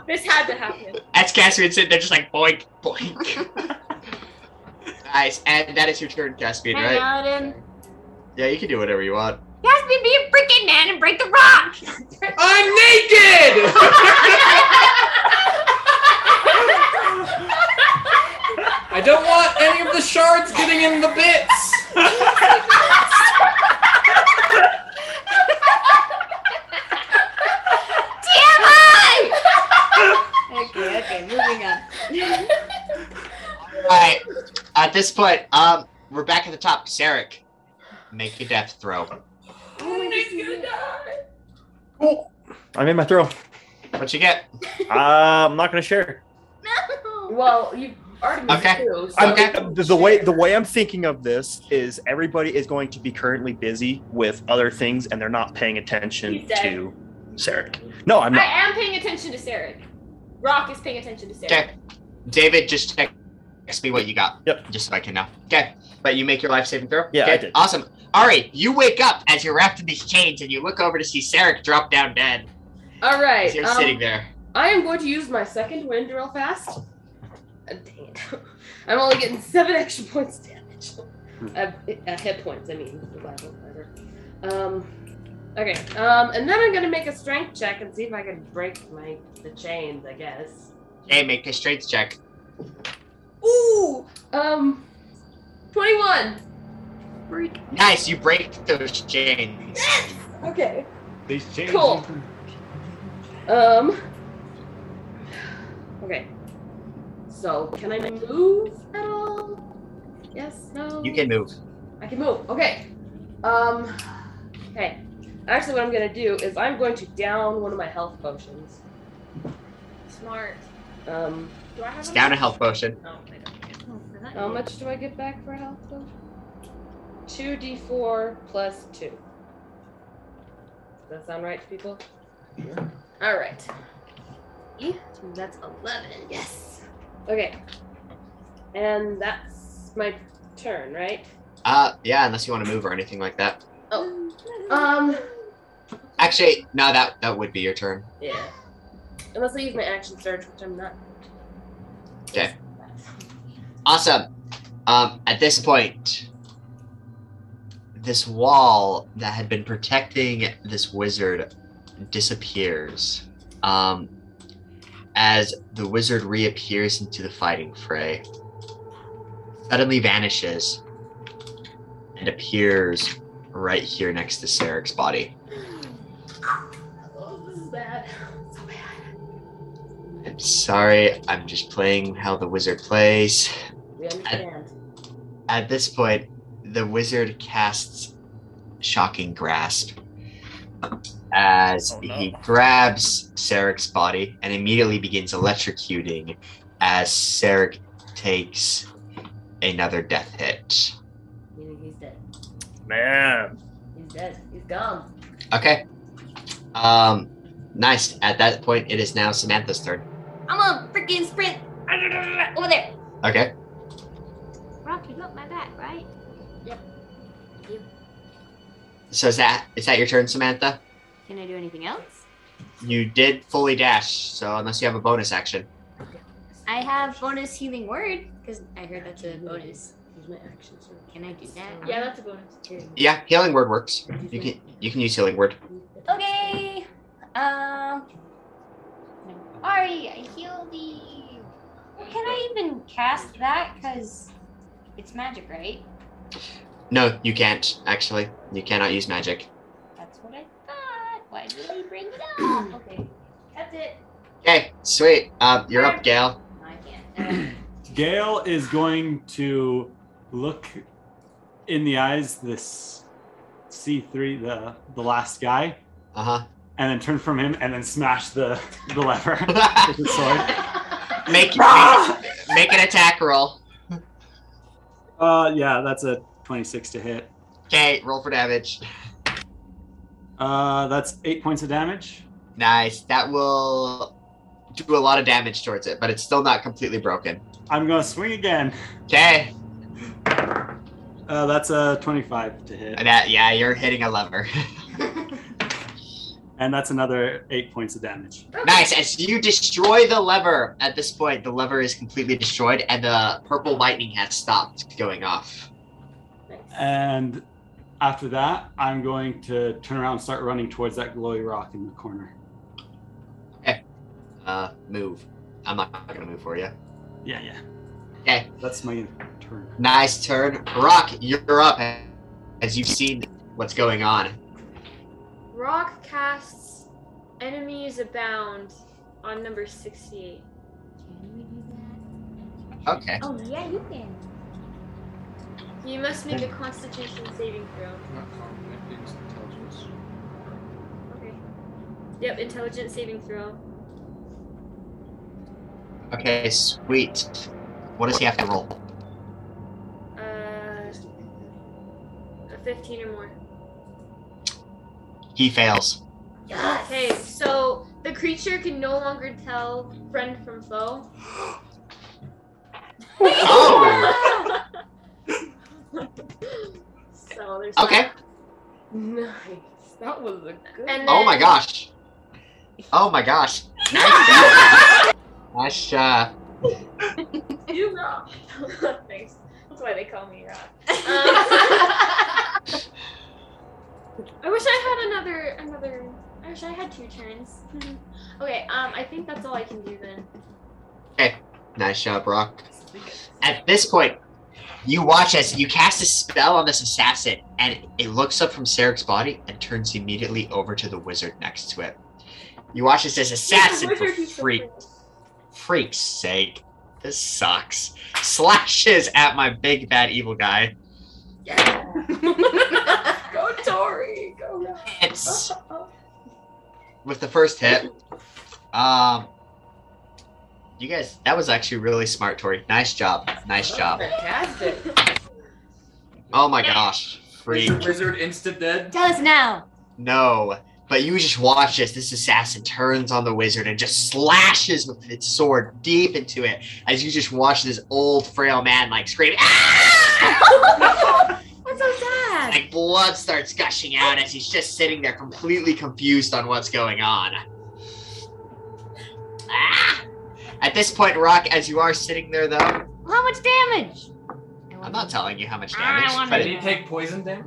S10: This had to happen.
S4: That's Caspian sitting there just like boink boink. nice. And that is your turn, Caspian,
S11: Hang
S4: right?
S11: out him.
S4: Yeah, you can do whatever you want.
S11: Yes, be, be a freaking man and break the rock.
S5: I'm naked. I don't want any of the shards getting in the bits.
S8: Okay, okay, moving on.
S4: All right. At this point, um, we're back at the top. Sarek, make a death throw.
S7: I made my throw.
S4: What you get?
S7: Uh, I'm not gonna share.
S8: Well, you already missed
S4: Okay.
S8: two, so-
S7: I'm,
S4: Okay.
S7: the, the way the way I'm thinking of this is everybody is going to be currently busy with other things and they're not paying attention
S10: He's dead.
S7: to Sarek. No, I'm
S10: I
S7: not.
S10: am paying attention to Sarek. Rock is paying attention to Sarek.
S4: Okay. David, just check text me what you got.
S7: Yep.
S4: Just so I can know. Okay. But you make your life saving throw?
S7: Yeah, I
S4: okay.
S7: did.
S4: Awesome. All right. You wake up as you're wrapped in these chains and you look over to see Sarek drop down dead.
S8: All right.
S4: As you're
S8: um,
S4: sitting there.
S8: I am going to use my second wind real fast. Uh, dang it. I'm only getting seven extra points damage. Uh, uh, hit points, I mean. whatever, whatever. Um, okay, um, and then I'm going to make a strength check and see if I can break my the chains, I guess.
S4: Hey, make a strength check.
S8: Ooh! Um, 21.
S4: Nice. You break those chains.
S8: Okay.
S2: These chains.
S8: Cool. Um. Okay. So, can I move at all? Yes, no?
S4: You can move.
S8: I can move. Okay. Um. Okay. Actually, what I'm gonna do is I'm going to down one of my health potions.
S10: Smart.
S8: Um.
S10: Do I have
S4: It's
S10: a-
S4: down a health potion.
S10: No, I don't.
S8: How much do I get back for a health potion? Two D4 plus two. Does that sound right to people? All right.
S11: So that's eleven.
S8: E, Yes. Okay. And that's my turn, right?
S4: Uh, yeah, unless you want to move or anything like that.
S8: Oh. Um.
S4: Actually, no, that that would be your turn.
S8: Yeah. Unless I use my action surge, which I'm not.
S4: Okay. Awesome. Um, at this point, this wall that had been protecting this wizard disappears um, as the wizard reappears into the fighting fray, suddenly vanishes, and appears right here next to Sarek's body.
S8: Oh, this is bad. So bad.
S4: I'm sorry, I'm just playing how the wizard plays.
S8: We understand.
S4: At this point, the wizard casts Shocking Grasp as
S7: Oh, no.
S4: he grabs Sarek's body and immediately begins electrocuting as Sarek takes another death hit.
S8: Meaning he's dead.
S7: Man,
S8: He's dead. He's gone.
S4: Okay. Um, nice. At that point, it is now Samantha's turn.
S3: I'm gonna freaking sprint over there.
S4: Okay.
S3: Rock, you got my back, right?
S4: So is that is that your turn, Samantha?
S3: Can I do anything else?
S4: You did fully dash, so unless you have a bonus action.
S3: I have bonus healing word because I heard that's a bonus.
S9: Use my action, sir.
S3: Can I do that?
S8: Yeah, that's a bonus.
S4: Yeah, healing word works. You can you can use healing word.
S3: Okay. Um. Ari, I heal the. Well, can I even cast that? Because it's magic, right?
S4: No, you can't actually. You cannot use magic.
S3: That's what I thought. Why did he bring it up? Okay. That's it.
S4: Okay, sweet. Um, you're up, Gail.
S3: No, I can't.
S2: Gail is going to look in the eyes this C3, the the last guy,
S4: Uh
S2: and then turn from him and then smash the the lever
S4: huh.
S2: with the sword.
S4: make, make make an attack roll.
S2: Uh, yeah, that's a 26 to hit.
S4: Okay, roll for damage.
S2: Uh, that's eight points of damage.
S4: Nice. That will do a lot of damage towards it, but it's still not completely broken.
S2: I'm gonna swing again.
S4: Okay.
S2: Uh, that's a 25 to hit,
S4: That yeah, you're hitting a lever.
S2: and that's another eight points of damage.
S4: Nice. As you destroy the lever, at this point, the lever is completely destroyed and the purple lightning has stopped going off.
S2: And after that, I'm going to turn around and start running towards that glowy rock in the corner.
S4: Uh, move. I'm not gonna move for you.
S2: Yeah, yeah.
S4: Okay.
S2: That's my turn.
S4: Nice turn, Rock. You're up. As you've seen what's going on.
S8: Rock casts enemies abound on number 68.
S3: Can we do
S4: Okay.
S3: that? Oh yeah, you can.
S8: You must make a constitution saving throw. Okay. Yep, intelligence saving throw.
S4: Okay. Sweet. What does he have to roll?
S8: Uh, a 15 or more.
S4: He fails.
S8: Okay, so the creature can no longer tell friend from foe.
S4: Oh.
S8: so there's
S4: Okay.
S9: Nice. That was a good.
S8: And
S4: Oh my
S8: then-
S4: gosh. Oh my gosh. Nice. nice shot.
S8: You rock. Thanks. That's why they call me rock. Um, I wish I had another another. I wish I had two turns. okay. Um. I think that's all I can do then.
S4: Nice shot, Brock. At this point, you watch as you cast a spell on this assassin, and it looks up from Sarek's body and turns immediately over to the wizard next to it. You watch as this assassin, for freak, freak's sake, this sucks, slashes at my big bad evil guy.
S8: Go Tori. Go.
S4: Hits with the first hit. Um, you guys, that was actually really smart, Tori. Nice job. Nice job.
S9: Fantastic.
S4: Oh my gosh, freak.
S5: Wizard, wizard instant dead.
S3: Tell us now.
S4: No. But you just watch as this assassin turns on the wizard and just slashes with its sword deep into it as you just watch this old frail man like scream "Ah!"
S3: That's so sad.
S4: like blood starts gushing out as he's just sitting there completely confused on what's going on. Ah! At this point, Rock, as you are sitting there though,
S3: How much damage?
S4: I'm not telling you how much
S3: I
S4: damage,
S3: wanna-
S4: but
S5: Did
S4: it,
S5: he take poison damage?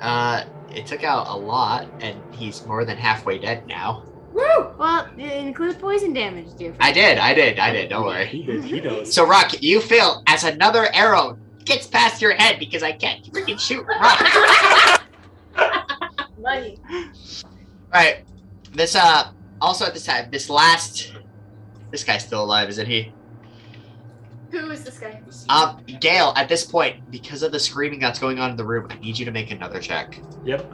S4: uh, it took out a lot, and he's more than halfway dead now.
S3: Woo! Well, it includes poison damage, dear. friend.
S4: I did, I did, I did. Don't worry.
S2: He did. He knows.
S4: So Rock, you feel as another arrow gets past your head because I can't freaking shoot Rock.
S8: Money.
S4: Alright. This uh also at this time, this last this guy's still alive, isn't he?
S8: Who is this guy?
S4: Um, Gail, at this point, because of the screaming that's going on in the room, I need you to make another check.
S2: Yep.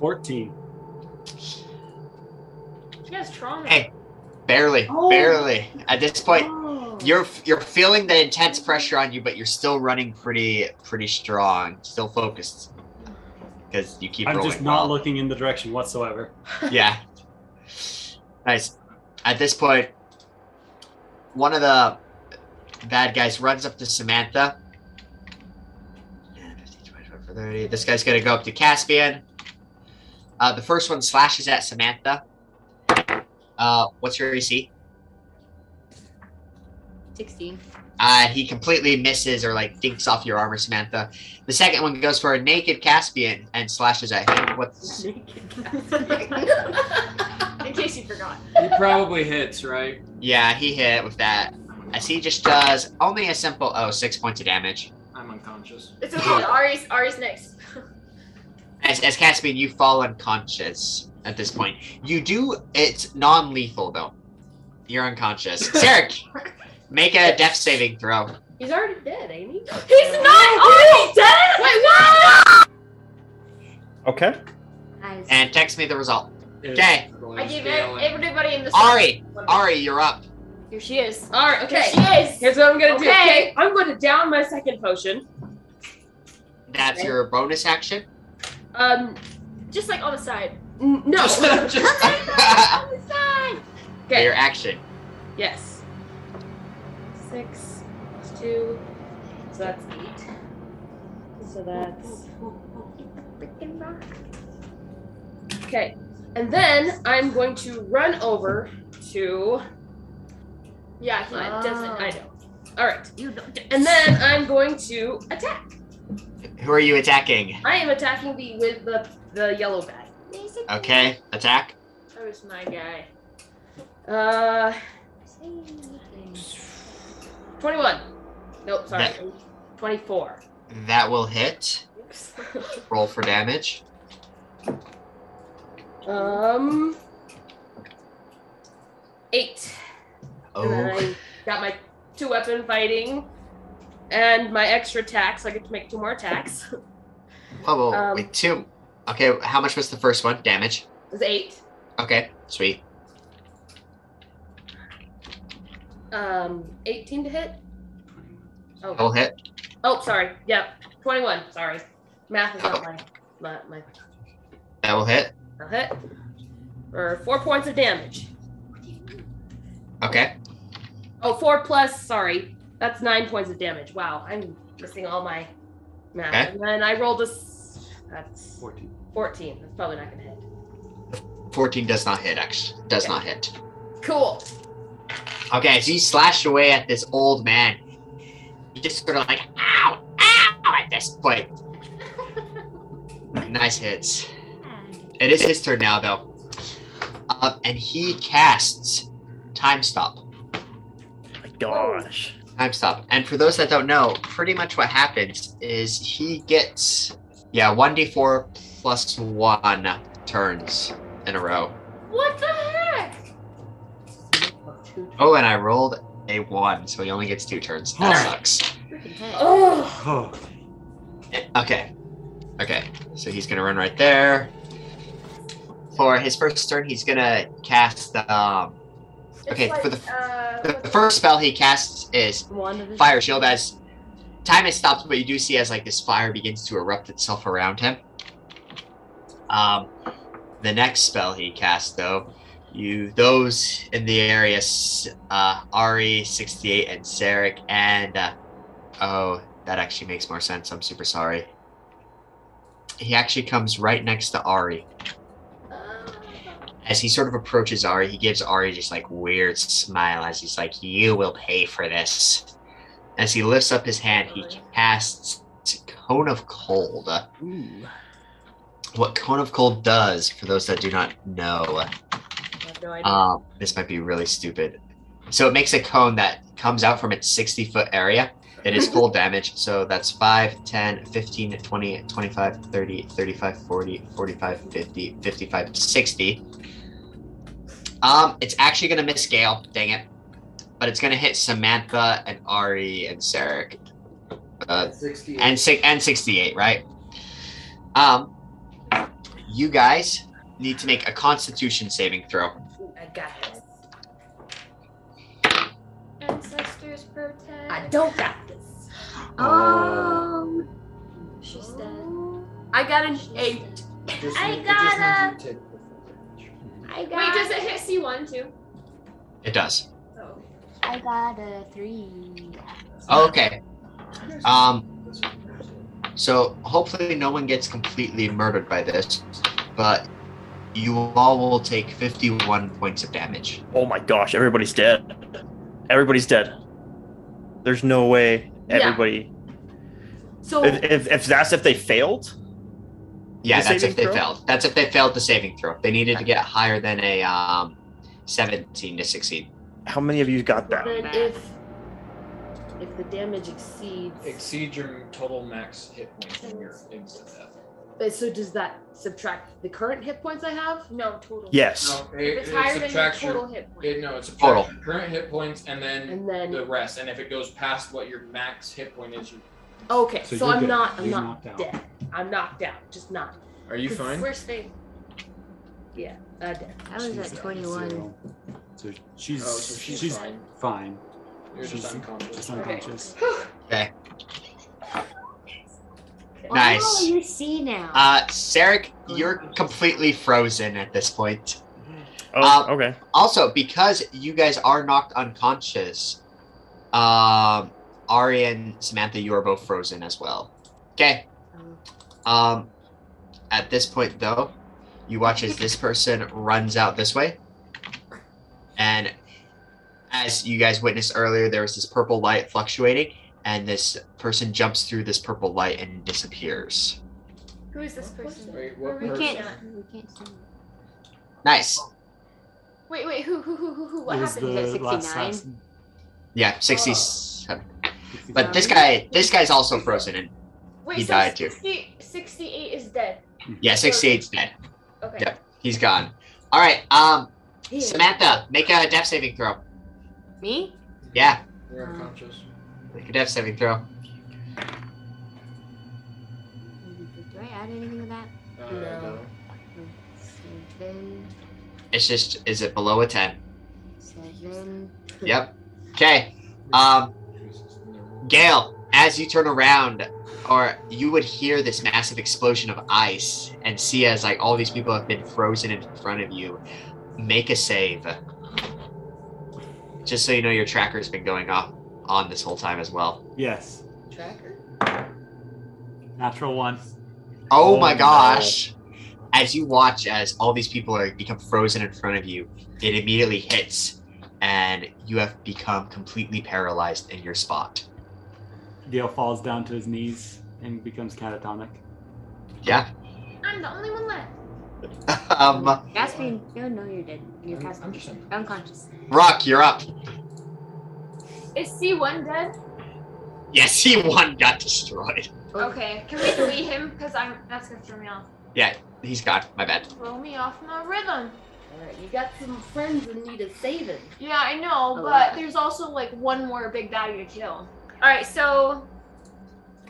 S2: 14.
S8: He has trauma.
S4: Hey. Barely, barely. At this point,
S3: Oh.
S4: you're you're feeling the intense pressure on you, but you're still running pretty pretty strong, still focused. because you keep
S2: I'm
S4: rolling.
S2: just not
S4: well.
S2: looking in the direction whatsoever.
S4: yeah. Nice. At this point, one of the bad guys runs up to Samantha. Yeah, 15, 20, 25, 30. This guy's gonna go up to Caspian. Uh, the first one slashes at Samantha. Uh, what's your AC?
S3: 16.
S4: Uh, he completely misses or like dinks off your armor, Samantha. The second one goes for a naked Caspian and slashes at him. What's
S6: In case you forgot.
S5: He probably hits, right?
S4: Yeah, he hit with that. As he just does only a simple oh six points of damage.
S5: I'm unconscious.
S6: It's okay. Ari's Ari's next.
S4: As as Caspian, you fall unconscious at this point. You do it's non-lethal though. You're unconscious. Sarek, make a death saving throw.
S9: He's already dead, ain't he?
S6: He's not already dead. Wait, what?
S7: Okay.
S3: Nice.
S4: And text me the result.
S2: It's
S4: Okay.
S5: Going
S6: I gave
S5: scaling.
S6: everybody in this.
S4: Ari, Ari, you're up.
S6: Here she is.
S9: All right,
S6: Here
S9: okay.
S6: she is.
S9: Here's what I'm gonna do.
S6: Okay.
S9: Okay, I'm gonna down my second potion.
S4: That's your bonus action.
S9: Um,
S6: Just like on the side.
S9: n- no.
S5: Just- just-
S4: your
S9: Okay.
S4: action.
S9: Yes. Six plus two. So that's eight. So that's
S3: Freaking rock.
S9: okay. And then I'm going to run over to. Yeah, he
S3: Oh.
S9: doesn't.
S8: Ah.
S9: I know. All right.
S3: You don't.
S9: And then I'm going to attack.
S4: Who are you attacking?
S9: I am attacking the with the the yellow guy.
S4: Okay, attack.
S9: Where's my guy? Uh, twenty-one. Nope, sorry, twenty-four.
S4: That will hit.
S9: Oops.
S4: Roll for damage.
S9: um, eight. And then
S4: Oh,
S9: I got my two weapon fighting and my extra attack, so I get to make two more attacks. It
S4: whoa, whoa,
S9: um,
S4: wait, two. Okay, how much was the first one? Damage.
S9: was eight.
S4: Okay, sweet.
S9: Um, 18 to hit?
S4: Double
S9: Oh,
S4: hit.
S9: oh sorry. Yep, 21. Sorry. Math is not my, my, my
S4: Double hit.
S9: I'll hit. For four points of damage.
S4: Okay.
S9: Oh, four plus, sorry. That's nine points of damage. Wow, I'm missing all my math.
S4: Okay.
S9: And then I rolled a. s- That's
S2: 14.
S9: 14. That's probably not going to hit.
S4: 14 does not hit, actually. Does
S9: Okay.
S4: not hit.
S9: Cool.
S4: Okay, so you slash away at this old man. You just sort of like, ow, ow, at this point. nice hits. It is his turn now, though. Uh, and he casts Time Stop.
S7: My gosh.
S4: Time stop. And for those that don't know, pretty much what happens is he gets yeah, one D four plus one turns in a row.
S6: What the heck?
S4: Oh, and I rolled a one, so he only gets two turns. That
S2: Alright.
S4: sucks.
S9: Oh,
S2: Oh,
S4: Okay. Okay. So he's gonna run right there. For his first turn, he's gonna cast um
S6: It's
S4: Okay,
S6: like,
S4: for the-
S6: uh,
S4: the
S6: what the-
S4: first spell he casts is
S3: One of the
S4: fire shield as time has stopped but you do see as like this fire begins to erupt itself around him um the next spell he casts though you those in the area s- uh ari 68 and Sarek and uh, oh that actually makes more sense i'm super sorry he actually comes right next to ari
S9: Uh,
S4: as he sort of approaches Ari, he gives Ari just like weird smile as he's like, "You will pay for this." As he lifts up his hand, he casts Cone of Cold.
S7: Ooh.
S4: What Cone of Cold does, for those that do not know,
S9: I have no idea.
S4: um, this might be really stupid. So it makes a cone that comes out from its 60 foot area. It is full damage. So that's 5, 10, 15, 20, 25, 30, 35, 40, 45, 50, 55, 60. Um, it's actually going to miss Gale. Dang it. But it's going to hit Samantha and Ari and Sarek. Uh,
S5: 68.
S4: and six and 68 right um you guys need to make a constitution saving throw
S9: I got this.
S6: ancestors protect.
S3: Oh.
S9: I don't got this.
S3: Um. She's dead. I got an eight.
S12: Just,
S8: I
S12: it just
S8: gotta-
S12: means you take the full damage.
S3: I got.
S8: Wait, does it hit C1 too?
S4: It does.
S8: Oh.
S3: I got a three.
S4: Oh, Okay. Um. So hopefully no one gets completely murdered by this, but you all will take 51 points of damage.
S7: Oh my gosh, everybody's dead. Everybody's dead. There's no way
S3: Yeah.
S7: everybody.
S3: So
S7: If, if, if that's if they failed,
S4: Yeah,
S7: The
S4: that's if
S7: saving
S4: they
S7: throw?
S4: failed. That's if they failed the saving throw. They needed to get higher than a um, 17 to succeed.
S7: how many of you got that?
S9: Then if if the damage exceeds,
S5: Exceed your total max hit point from your instant death.
S9: but so does that subtract the current hit points I have?
S8: No, total.
S7: Yes.
S5: No,
S8: If
S5: it,
S8: it's
S5: it
S8: higher than your
S5: subtracts your.
S8: total hit point.
S5: it- no, it subtracts
S4: Total.
S5: your current hit points and then
S9: And then
S5: the rest. And if it goes past what your max hit point is, you
S9: okay,
S2: So
S9: so,
S2: you're
S9: I'm
S2: good.
S9: not, I'm
S2: You're
S9: not
S2: knocked out.
S9: dead. I'm knocked out, just not.
S5: are you fine?
S8: We're staying.
S9: Uh, dead.
S3: I was at
S2: She's
S3: twenty-one.
S2: zero. So she's
S5: Oh, so she's,
S2: she's
S5: fine.
S2: fine.
S5: You're just
S2: she's-
S5: unconscious.
S2: Just unconscious.
S4: Nice.
S3: Oh, you see now.
S4: Uh, Sarek, you're completely frozen at this point.
S7: Oh,
S4: Um,
S7: okay.
S4: Also, because you guys are knocked unconscious, um, Ari and Samantha, you are both frozen as well. Okay. Um, at this point, though, you watch as this person runs out this way, and as you guys witnessed earlier, there was this purple light fluctuating, and this person jumps through this purple light and disappears.
S8: Who is this person?
S5: Wait, what
S8: We
S3: we
S5: person?
S3: can't.
S8: Perfect.
S3: We can't see.
S4: Nice.
S8: Wait, wait, who, who, who, who, who? What
S2: it was
S8: happened?
S2: the
S3: Is it
S2: last
S3: 69?
S2: assassin.
S4: Yeah, sixty-seven. But this guy, this guy's also frozen, and
S8: Wait,
S4: He
S8: so
S4: died too.
S8: 60 68 is dead.
S4: yeah, sixty-eight's dead.
S8: Okay.
S4: Yep. He's gone. All right. Um,
S3: Here.
S4: Samantha, make a death saving throw.
S3: Me?
S4: Yeah,
S5: You're unconscious.
S4: make a death saving throw.
S3: Do I add anything to that?
S5: Uh,
S9: No.
S3: Seven.
S4: It's just, is it below a ten?
S3: Seven.
S4: Yep. Okay.
S5: Uh,
S4: Um, Gail, as you turn around, or you would hear this massive explosion of ice and see as like all these people have been frozen in front of you. Make a save. Just so you know, your tracker's been going off on this whole time as well.
S2: Yes.
S9: Tracker.
S2: Natural one.
S4: Oh,
S7: Oh,
S4: my
S7: no.
S4: gosh. As you watch as all these people are become frozen in front of you, it immediately hits and you have become completely paralyzed in your spot.
S2: Gale falls down to his knees and becomes catatonic.
S4: Yeah.
S8: I'm the only one left.
S4: um
S3: Gasping. No, no, you're dead. You're
S5: I'm, I'm
S3: casting.
S5: just unconscious.
S3: Unconscious.
S4: Rock, you're up.
S8: Is C1 dead?
S4: Yes, he one got destroyed.
S8: Okay. Can we delete him? Because I'm that's gonna throw me off.
S4: He's gone. My bad.
S8: Throw me off my rhythm.
S9: All right, you got some friends in need of saving.
S8: Yeah, I know,
S3: Oh,
S8: but
S3: yeah.
S8: there's also like one more big baddie to kill. Alright, so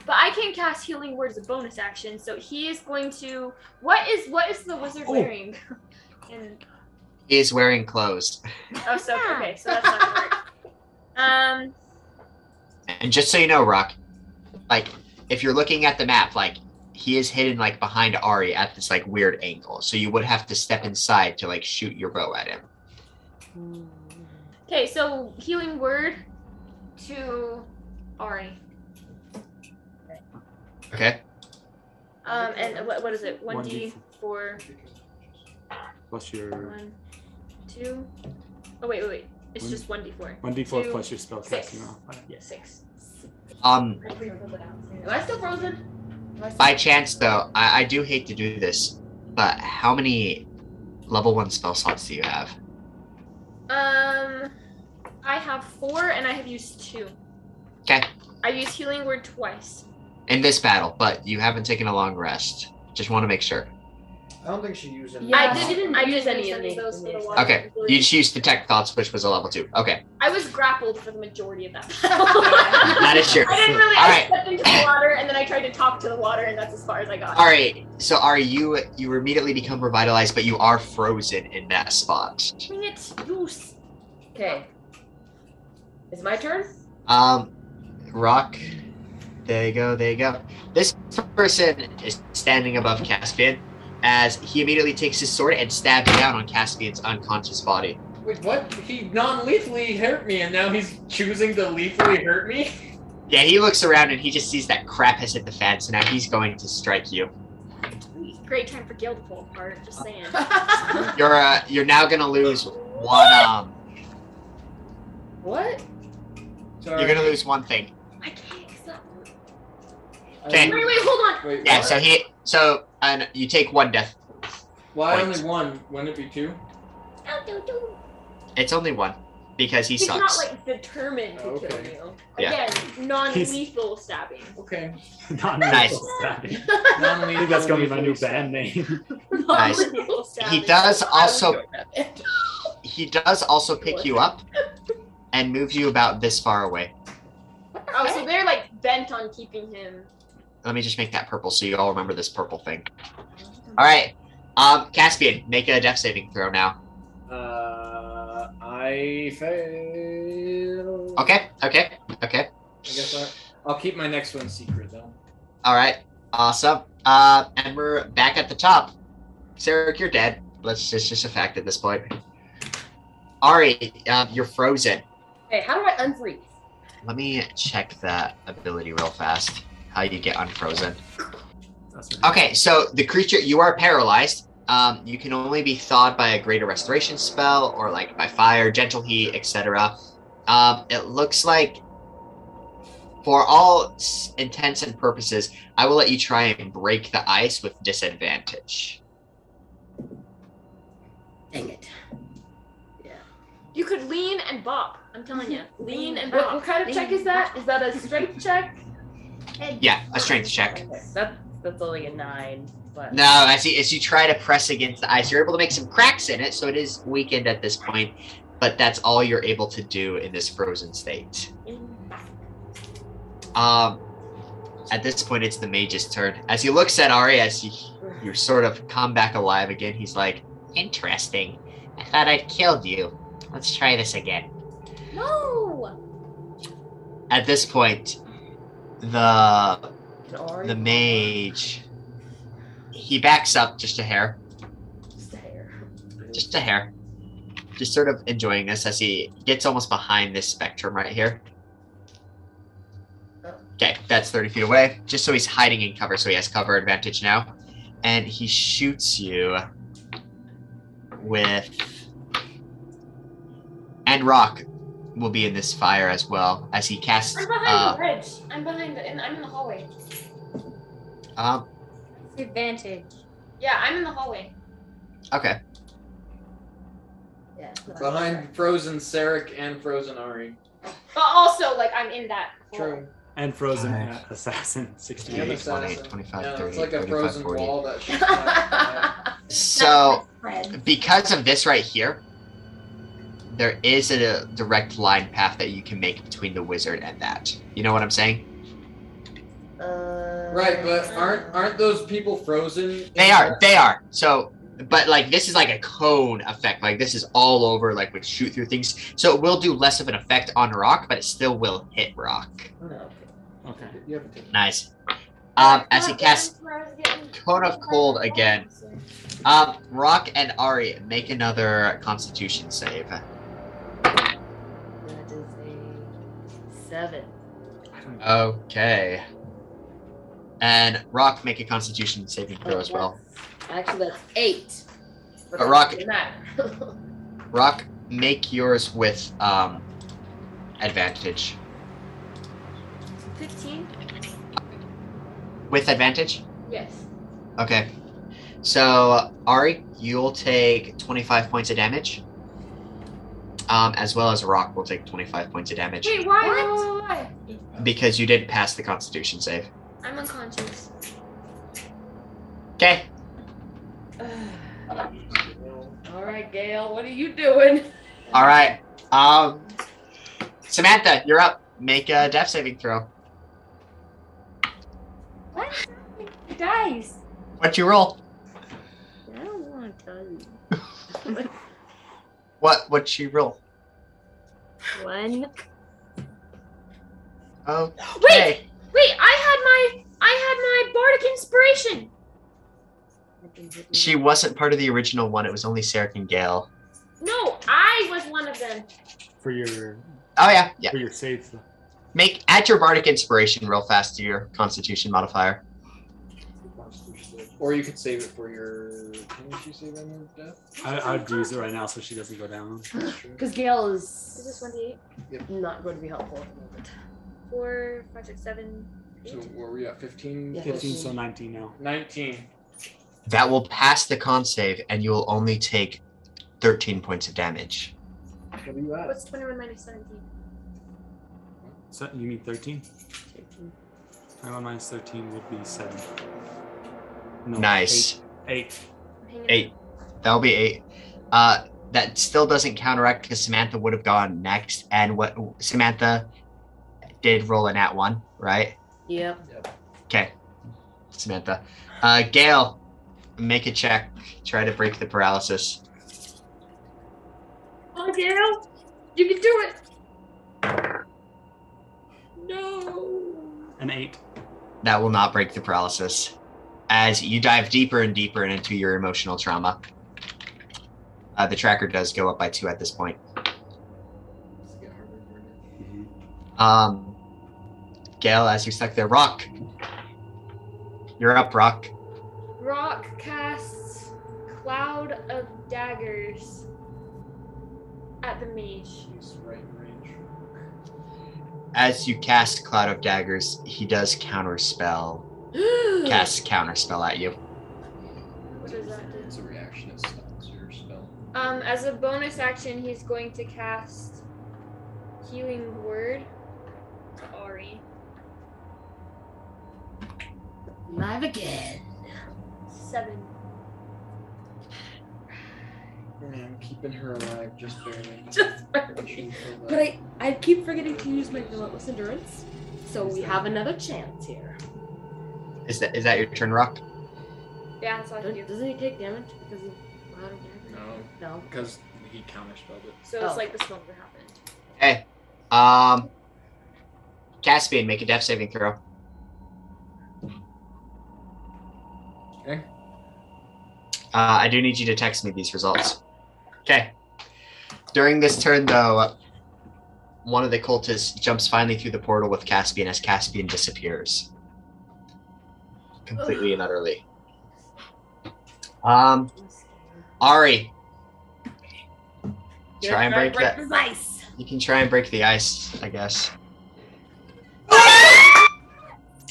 S8: but I can cast healing word as a bonus action, so he is going to what is what is the wizard
S2: Oh.
S8: wearing? and
S4: He is wearing clothes.
S8: oh so okay, so that's not gonna work. Um
S4: And just so you know, Rock, like if you're looking at the map, like he is hidden like behind Ari at this like weird angle. So you would have to step inside to like shoot your bow at him.
S8: okay, so healing word to Ari.
S4: Okay.
S8: Um and what, what is it? One
S2: 1d4.
S8: D four
S2: Plus your
S8: one two Oh wait, wait, wait. It's
S2: One-
S8: just one D four.
S2: one d four
S8: Two,
S2: plus your spell casting
S8: six.
S2: modifier. Yes.
S8: Six.
S4: Um
S9: Am I still frozen? Am I still-
S4: by chance though, I, I do hate to do this, but how many level one spell slots do you have?
S8: Um, I have four, and I have used two.
S4: Okay.
S8: I used healing word twice.
S4: In this battle, but you haven't taken a long rest. Just want to make sure.
S12: I don't think she used it.
S9: Yeah.
S8: I didn't. I didn't any of those for the water.
S4: Okay. You just used detect thoughts, which was a level two. Okay.
S8: I was grappled for the majority of that.
S4: Not
S8: I
S4: a sure.
S8: didn't really. I
S4: Alright.
S8: stepped into the water, and then I tried to talk to the water, and that's as far as I got.
S4: All right. So Ari, you you immediately become revitalized, but you are frozen in that spot.
S8: Dang it, Goose.
S9: Okay. Is my turn?
S4: Um, Rock, There you go. There you go. This person is standing above Caspian as he immediately takes his sword and stabs down on Caspian's unconscious body.
S5: Wait, what? He non-lethally hurt me, and now he's choosing to lethally hurt me.
S4: Yeah, he looks around and he just sees that crap has hit the fan, so now he's going to strike you.
S8: Great time for Gil to pull apart.
S4: Uh,
S8: Just saying.
S4: You're uh, you're now gonna lose one. Um,
S9: What?
S4: you're gonna lose one thing.
S8: I can't. 'cause that-
S4: Okay.
S8: Wait, wait, hold on.
S5: Wait,
S4: Yeah.
S5: what?
S4: So he so and you take one death.
S5: Why
S4: Wait.
S5: only one? Wouldn't it be two?
S8: No, no, no.
S4: It's only one because he
S8: He's
S4: sucks.
S8: not like determined to
S5: Okay.
S8: kill you.
S4: Yeah.
S8: Again, non-lethal stabbing.
S5: Okay.
S2: Not
S4: Nice.
S2: nice. stabbing.
S5: Non-lethal.
S2: I think that's gonna be my new band name.
S4: Nice.
S8: Non-lethal stabbing.
S4: He does also
S9: it.
S4: he does also pick you up and move you about this far away.
S8: Oh, so they're like bent on keeping him.
S4: Let me just make that purple so you all remember this purple thing. All right. Um, Caspian, make a death saving throw now.
S5: Uh, I fail.
S4: Okay. Okay. Okay.
S5: I guess I, I'll keep my next one secret though.
S4: All right. Awesome. Uh, and we're back at the top. Sarah, you're dead. Let's it's just a fact at this point. Ari, um, you're frozen.
S9: Hey, how do I unfreeze?
S4: Let me check that ability real fast. How you get unfrozen?
S2: That's what-
S4: Okay, so the creature you are paralyzed. Um, you can only be thawed by a greater restoration spell or like by fire, gentle heat, etc. Um, it looks like, for all s- intents and purposes, I will let you try and break the ice with disadvantage.
S9: Dang it.
S8: You could lean and bop. I'm telling you, lean and
S9: What, what
S8: bop.
S9: kind of check is that? Is that a strength check?
S4: Yeah, a strength check.
S9: Okay, that, that's only a nine. But
S4: No, as you, as you try to press against the ice, you're able to make some cracks in it, so it is weakened at this point. But that's all you're able to do in this frozen state. Um, at this point, it's the mage's turn. As he looks at Ari, as he, you sort of come back alive again, he's like, "Interesting. I thought I'd killed you. Let's try this again."
S8: No.
S4: At this point, the
S9: Or
S4: the mage he backs up just a hair
S9: just a hair.
S4: just a hair just sort of enjoying this as he gets almost behind this spectrum right here okay that's 30 feet away just so he's hiding in cover so he has cover advantage now and he shoots you with and rock will be in this fire as well as he casts
S8: I'm behind
S4: uh,
S8: the ledge. I'm behind the, and I'm in the hallway.
S4: um
S3: Advantage.
S8: Yeah, I'm in the hallway.
S4: okay
S9: Yeah. it's not-
S5: Behind Frozen Sarek and Frozen Ari.
S8: But also, like, I'm in that. hall.
S5: True.
S2: And Frozen
S4: Nice.
S2: Assassin
S5: Yeah,
S2: 68.
S5: that's-
S4: 28, 28,
S5: assassin.
S4: 25,
S5: yeah,
S4: 30,
S5: it's like a
S4: 35,
S5: frozen
S4: 40.
S5: wall that shoots out.
S4: so
S3: Friend.
S4: because of this right here, there is a direct line path that you can make between the wizard and that. You know what I'm saying?
S9: Uh,
S5: Right, but aren't aren't those people frozen?
S4: They are. They are. So, but like this is like a cone effect. Like this is all over. Like would shoot through things. So it will do less of an effect on rock, but it still will hit rock.
S9: Oh, No.
S2: Okay.
S5: You haven't taken-
S4: Nice. Um, as he
S8: Not
S4: casts
S8: that's where I was getting-
S4: Cone of Cold again. Um, Rock and Ari make another Constitution save.
S9: That is a seven.
S2: I don't know.
S4: Okay. And Rock make a Constitution saving throw as well.
S9: Actually, that's eight.
S4: But Rock-
S9: doesn't matter.
S4: Rock, make yours with um advantage.
S8: 15?
S4: With advantage?
S8: Yes.
S4: Okay. So Ari, you'll take 25 points of damage. Um, as well as Rock will take 25 points of damage.
S8: Wait, why?
S9: What?
S8: Why, why,
S4: Because you didn't pass the constitution save.
S8: why? I'm unconscious.
S4: Okay.
S9: All right, Gail, what are you doing?
S4: Alright. Um Samantha, you're up. Make a death saving throw.
S3: What? Guys.
S4: What'd you roll?
S3: I don't want to tell you.
S4: What what'd you roll?
S3: One.
S4: Okay.
S8: Wait, I
S3: with you.
S4: She wasn't part of the original one. It was only Sarah and Gale.
S8: No, I was one of them.
S2: for your
S4: Oh yeah, yeah.
S2: for your save. stuff.
S4: Make add your bardic inspiration real fast to your Constitution modifier.
S5: Or you could save it for your. Can you save on your death?
S2: I, I'd use it right now so she doesn't go down.
S5: That's true.
S9: Because Gale
S8: Is this
S9: is
S8: 1d8?
S9: not going to be helpful at the moment.
S8: 4, 5, 6, 7,
S5: So were we at 15?
S9: Yeah.
S2: 15, so 19 now.
S5: 19.
S4: That will pass the con save, and you will only take 13 points of damage.
S12: What are you at?
S8: What's 21 minus 17?
S2: So you mean 13? 21 minus 13 would be 7. No,
S4: Nice.
S2: Eight. eight.
S8: I'm hanging
S4: Eight. That'll be eight. Uh, that still doesn't counteract because Samantha would have gone next, and what Samantha did roll a nat one, right?
S9: Yep.
S4: Okay, Samantha. Uh, Gail, make a check. Try to break the paralysis.
S8: Oh, Daryl, you can do it. No.
S2: An eight.
S4: That will not break the paralysis. As you dive deeper and deeper into your emotional trauma, uh, the tracker does go up by two at this point. Um, Gail, as you're stuck there, Rock, you're up, Rock.
S8: Rock casts cloud of daggers at the mage.
S12: He's right in range.
S4: As you cast Cloud of Daggers, he does counter spell, cast counter spell at you.
S8: What does that do?
S12: It's a reaction. It stops your spell.
S8: Um, as a bonus action, he's going to cast Healing Word to Ari.
S9: Live again.
S8: Seven.
S12: I'm keeping her alive just barely.
S9: Just
S12: Pushing her alive.
S9: But I, I keep forgetting to use my relentless endurance. So we have another chance here.
S4: Is that is that your turn, Rock?
S8: Yeah, that's all I can do.
S9: Don't- Doesn't he take damage because of cloud of daggers?
S5: No,
S9: No.
S5: because he counterspelled it.
S8: So it's
S9: Oh.
S8: like this one that happened.
S4: Hey, um, Caspian, make a death saving throw.
S5: Okay.
S4: Uh, I do need you to text me these results. Okay. During this turn, though, one of the cultists jumps finally through the portal with Caspian as Caspian disappears. Completely and utterly. Um, Ari. Try and break that.
S9: the ice.
S4: You can try and break the ice, I guess.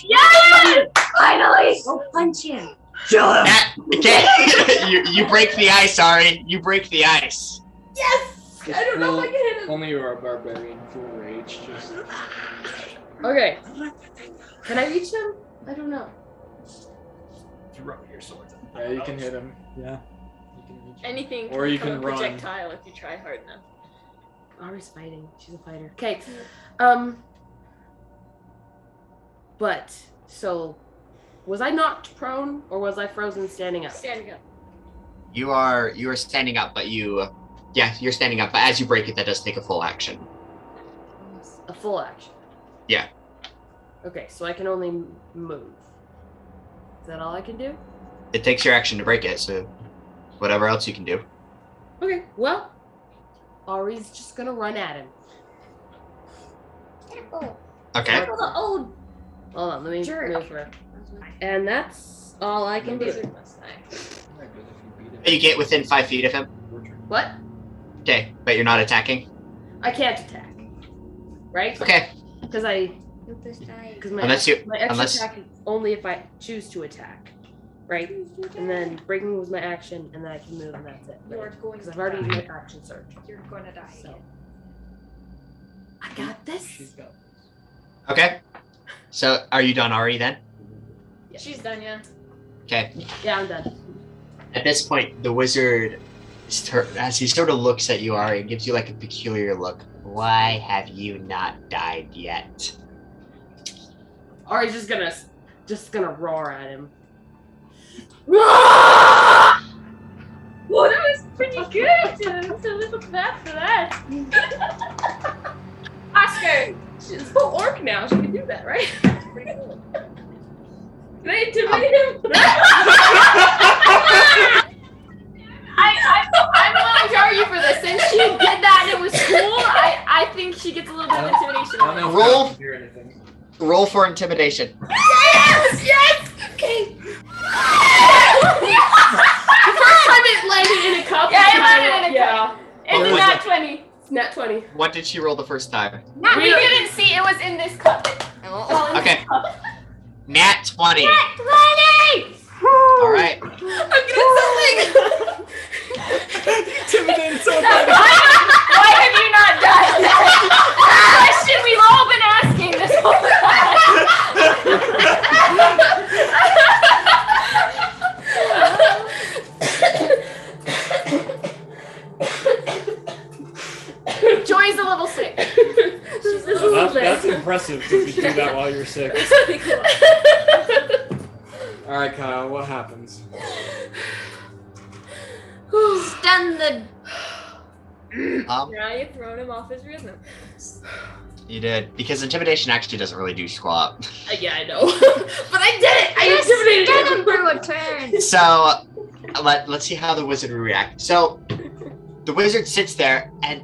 S3: Yes! Finally! Go punch him.
S4: Kill him. okay. you, you break the ice, Ari. You break the ice.
S9: Yes! I don't know if I can hit him.
S5: Only you are a barbarian full rage. Just
S9: Okay. Can I reach him? I don't know.
S7: Throw your swords. at the
S5: yeah, you can hit him.
S2: Yeah.
S5: You can reach-
S8: Anything
S5: Or you
S8: become
S5: can
S8: a
S5: run.
S8: projectile if you try hard enough.
S9: Ari's fighting. She's a fighter. Okay. Um. But so, was I knocked prone or was I frozen standing up?
S8: Standing up.
S4: You are you are standing up, but you, yeah, you're standing up. But as you break it, that does take a full action.
S9: A full action.
S4: Yeah.
S9: Okay, so I can only m- move. Is that all I can do?
S4: It takes your action to break it. So, whatever else you can do.
S9: Okay. Well, Ari's just gonna run at him.
S3: Careful.
S4: Okay.
S3: Careful the old
S9: Hold on, let me
S3: Jerk.
S9: move her. And that's all I can do.
S8: Lizard must die.
S12: Isn't that good if you beat him?
S4: You get within five feet of him.
S12: Your turn.
S9: What?
S4: Okay, but you're not attacking.
S9: I can't attack. Right?
S4: Okay.
S9: Because I
S3: Look this guy.
S9: Because my
S4: Unless you-
S9: my extra
S4: unless-
S9: attack is only if I choose to attack, right? And then breaking was my action, and then I can move, and that's it.
S8: You are going
S9: Because I've
S8: to
S9: already used
S8: die.
S9: my action surge.
S8: You're gonna die.
S9: So I got
S12: She's
S9: this.
S12: got
S4: Okay. So, are you done, Ari? Then.
S9: Yeah.
S8: She's done, yeah.
S4: Okay.
S9: Yeah, I'm done.
S4: At this point, the wizard, stir- as he sort of looks at you, Ari, and gives you like a peculiar look. Why have you not died yet?
S9: Or he's just gonna just gonna roar at him.
S8: Well, that was pretty good to, to live up that for that. Oscar!
S9: She's full orc now. She can do that, right?
S8: Can I intimidate him? she did that and it was cool, I, I think she gets a little bit of intimidation.
S5: I don't know if I
S4: Roll.
S5: can hear anything.
S4: Roll for intimidation.
S6: Yes! Yes! Okay.
S9: The first time it landed in a cup.
S8: Yeah, it
S9: and
S8: landed
S9: I-
S8: in a
S9: yeah.
S4: Oh
S8: It's
S4: my
S8: a nat 20.
S9: It's not 20.
S4: What did she roll the first time?
S8: Not, we
S9: We-
S8: didn't see it was in this cup. Well, in
S4: Okay. Nat 20.
S8: Twenty!
S4: All right.
S6: I'm getting something.
S12: Intimidated so
S8: Why
S12: bad.
S8: have you not done that? Question we've all been asking this whole time. Joy's a little sick.
S9: Just this
S2: Well,
S9: little
S2: that- that's
S9: bit.
S2: impressive if you do that while you're sick.
S9: It's pretty cool.
S5: All right, Kyle. What happens?
S3: Stun the.
S4: Um,
S8: Now you've thrown him off his rhythm.
S4: you did. Because intimidation actually doesn't really do squat.
S9: Uh, yeah, I know. but I did it! I
S3: Just
S9: intimidated
S3: stun
S9: him.
S3: him through a turn.
S4: So let, let's see how the wizard will react. So the wizard sits there and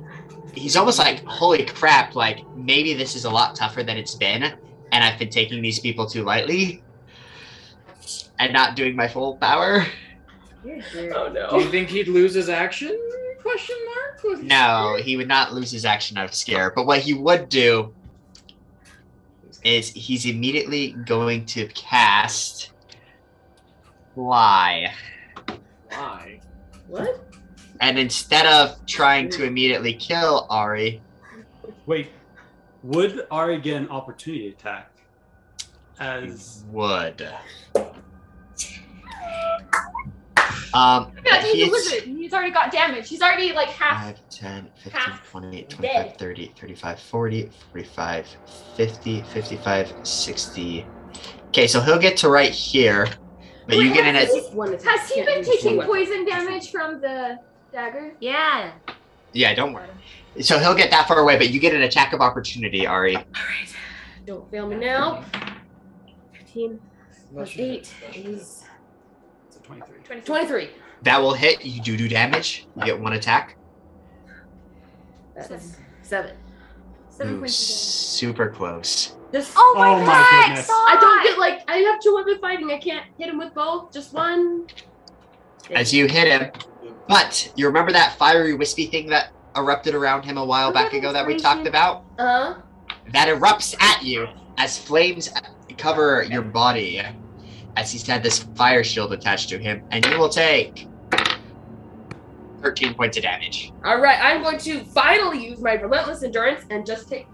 S4: he's almost like, holy crap, like maybe this is a lot tougher than it's been. And I've been taking these people too lightly and not doing my full power.
S9: Oh
S5: Do you
S9: no.
S5: think he'd lose his action? Question mark.
S4: No, he would not lose his action out of scare. But what he would do is he's immediately going to cast fly.
S5: Why?
S9: What?
S4: And instead of trying to immediately kill Ari,
S2: Wait, would Ari get an opportunity attack? As
S4: would. Um,
S8: Yeah, he's a
S4: he's-
S8: wizard. He's already got damage. He's already like half.
S4: 5, 10, 15,
S8: half
S4: 20, 25,
S8: dead.
S4: 30, 35, 40, 45, 50, 55, 60. Okay, so he'll get to right here, but you
S8: Wait,
S4: get an
S8: what
S4: at-
S8: is
S9: This one is-
S8: Has he
S9: can't
S8: been
S9: even see
S8: taking
S9: what-
S8: poison damage from the dagger?
S3: Yeah.
S4: Yeah, don't worry. So he'll get that far away, but you get an attack of opportunity, Ari.
S9: Alright. Don't fail me now. 15 plus 8 is
S2: it's a 23.
S9: 23.
S4: That will hit. You do do damage. You get one attack.
S9: That's 7.
S3: Seven
S4: Ooh,
S3: points.
S4: super close.
S9: Just
S3: Oh
S2: my
S3: my,
S2: Oh my
S3: god!
S2: God, goodness.
S9: I don't get like I have two weapon fighting. I can't hit him with both. Just one.
S4: As you hit him, but you remember that fiery, wispy thing that erupted around him a while
S3: Was
S4: back
S3: that
S4: ago that we
S3: inspiration?
S4: talked about?
S9: Uh.
S4: That erupts at you as flames cover your body as he's had this fire shield attached to him, and you will take 13 points of damage.
S9: All right. I'm going to finally use my relentless endurance and just take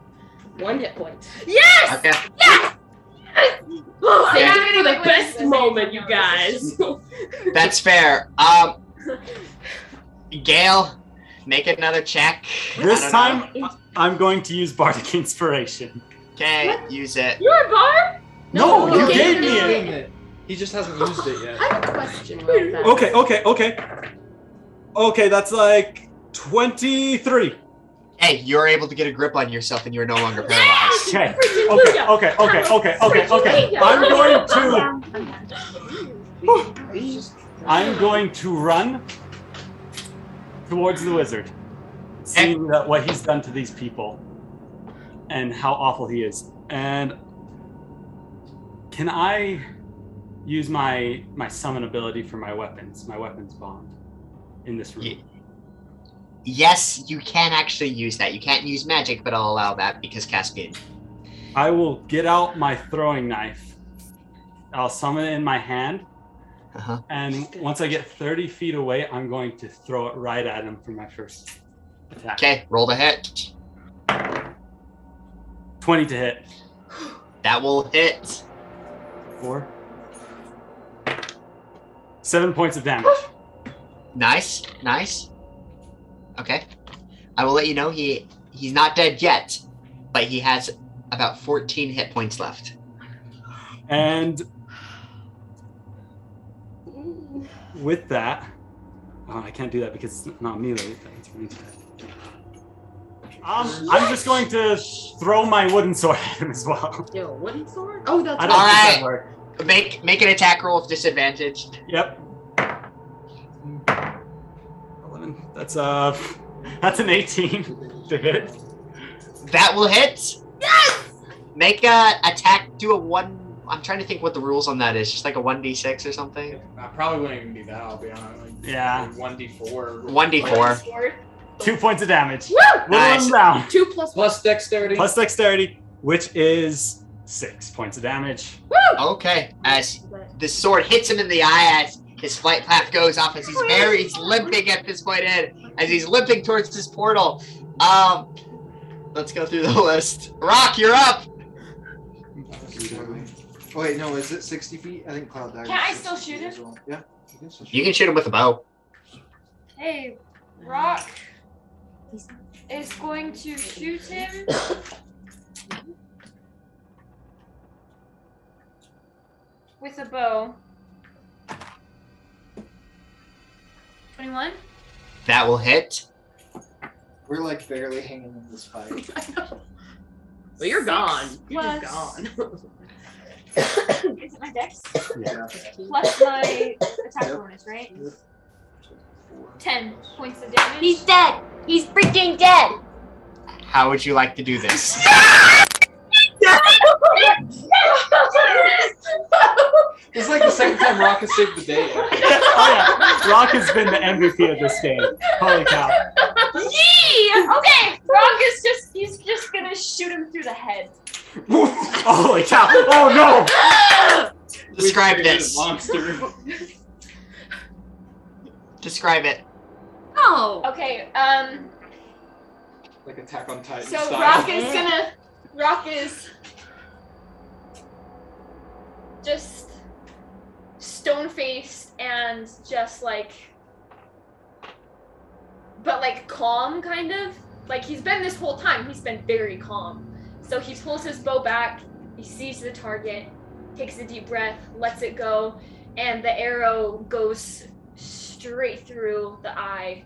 S9: one hit point.
S8: Yes!
S4: Okay.
S9: Oh,
S8: Okay.
S9: I'm having
S8: Like,
S9: the
S8: what is
S9: best
S8: this?
S9: moment, you guys.
S4: That's fair. Um, Gail, make another check.
S2: This
S4: I don't
S2: time, I- I'm going to use Bardic Inspiration.
S4: know. Okay, use it.
S8: You're a bar?
S2: No,
S9: No,
S2: you
S9: okay.
S2: gave me it.
S5: He just hasn't used it yet.
S9: I have a question real fast.
S2: Okay, okay, okay. Okay, that's like 23.
S4: Hey, you're able to get a grip on yourself, and you're no longer paralyzed.
S2: Okay, okay, okay, okay, okay, okay, okay. I'm going to I'm going to run towards the wizard, seeing that what he's done to these people and how awful he is. And can I use my my summon ability for my weapons, my weapons bond, in this room?
S4: Ye- Yes, you can actually use that. You can't use magic, but I'll allow that because Caspian.
S2: I will get out my throwing knife. I'll summon it in my hand,
S4: Uh-huh.
S2: and once I get 30 feet away, I'm going to throw it right at him for my first attack.
S4: Okay, roll the hit.
S2: 20 to hit.
S4: That will hit.
S2: Four. Seven points of damage.
S4: Nice, nice. Okay, I will let you know he he's not dead yet, but he has about 14 hit points left.
S2: And with that, oh, I can't do that because it's not me. Really. It's me. Um, I'm just going to throw my wooden sword at him as well.
S9: Yo, wooden sword? Oh, that's
S2: I
S9: right.
S2: don't
S4: Alright.
S2: think that worked.
S4: Make make an attack roll with disadvantage.
S2: Yep. Eleven. That's uh That's an 18 to hit.
S4: That will hit. Yes. Make a attack. Do a one. I'm trying to think what the rules on that is. Just like a one d six or something.
S5: I probably wouldn't even do that. I'll be honest.
S2: Yeah.
S5: One d four.
S4: 1d4.
S2: Two points of damage.
S9: Woo!
S2: Roll
S4: Nice.
S2: them down.
S9: Two plus one.
S5: Plus dexterity.
S2: Plus dexterity, which is six points of damage.
S4: Okay. As the sword hits him in the eye, as his flight path goes off, as he's very he's limping at this point in, as he's limping towards this portal. Um, let's go through the list. Rock, you're up.
S12: Oh, Wait, no, is it 60 feet? I think Cloud Dagger.
S8: Can I still shoot him?
S12: Yeah. you can still shoot
S4: You can shoot him with a bow.
S8: Hey, Rock is going to shoot him. With a bow. 21?
S4: That will hit.
S12: We're like barely hanging in this fight.
S8: Well,
S6: you're gone. You're
S8: plus,
S6: just gone.
S8: Is it my dex?
S12: Yeah.
S8: Plus my attack
S12: Yep.
S8: bonus, right?
S12: Yep.
S8: 10 points of damage.
S3: He's dead. He's freaking dead.
S4: How would you like to do this?
S12: It's like the second time Rock has saved the day. actually.
S2: oh yeah, Rock has been the MVP of this game. Holy cow!
S8: Yee! Okay, Rock is just, he's just gonna shoot him through the head.
S2: Holy cow! Oh no!
S4: Describe
S5: We've created
S4: this.
S5: a Monster.
S4: Describe it.
S3: Oh.
S8: Okay, um,
S5: like Attack on Titan
S8: so
S5: style.
S8: Rock is gonna, Rock is just stone faced and just like, but like calm kind of. Like he's been this whole time, he's been very calm. So he pulls his bow back, he sees the target, takes a deep breath, lets it go, and the arrow goes straight through the eye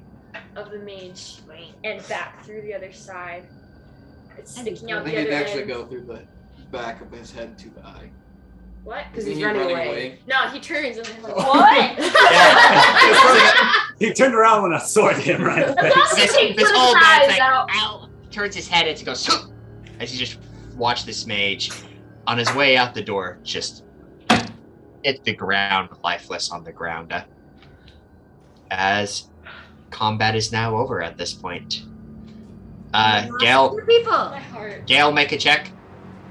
S8: of the mage and back through the other side. It's
S3: That'd be
S8: sticking
S3: cool.
S12: I
S8: out
S12: think
S8: the
S12: it'd
S8: other
S12: actually
S8: end.
S12: go through the back of his head to the eye.
S8: What?
S9: Because
S5: Isn't
S9: he's
S5: he
S9: running,
S5: running
S9: away.
S5: away?
S8: No, he turns and he's like,
S9: Oh.
S8: what?
S2: He turned around when I sword hit him right in the face.
S4: This,
S8: Take
S4: this
S8: some
S4: old man's
S8: eyes
S4: like,
S8: out.
S4: ow, turns his head and he goes, "Huh," as he just watched this mage on his way out the door just hit the ground, lifeless on the ground. uh, As combat is now over at this point. Uh, Gail,
S3: Two people.
S8: My heart.
S4: Gail, make a check.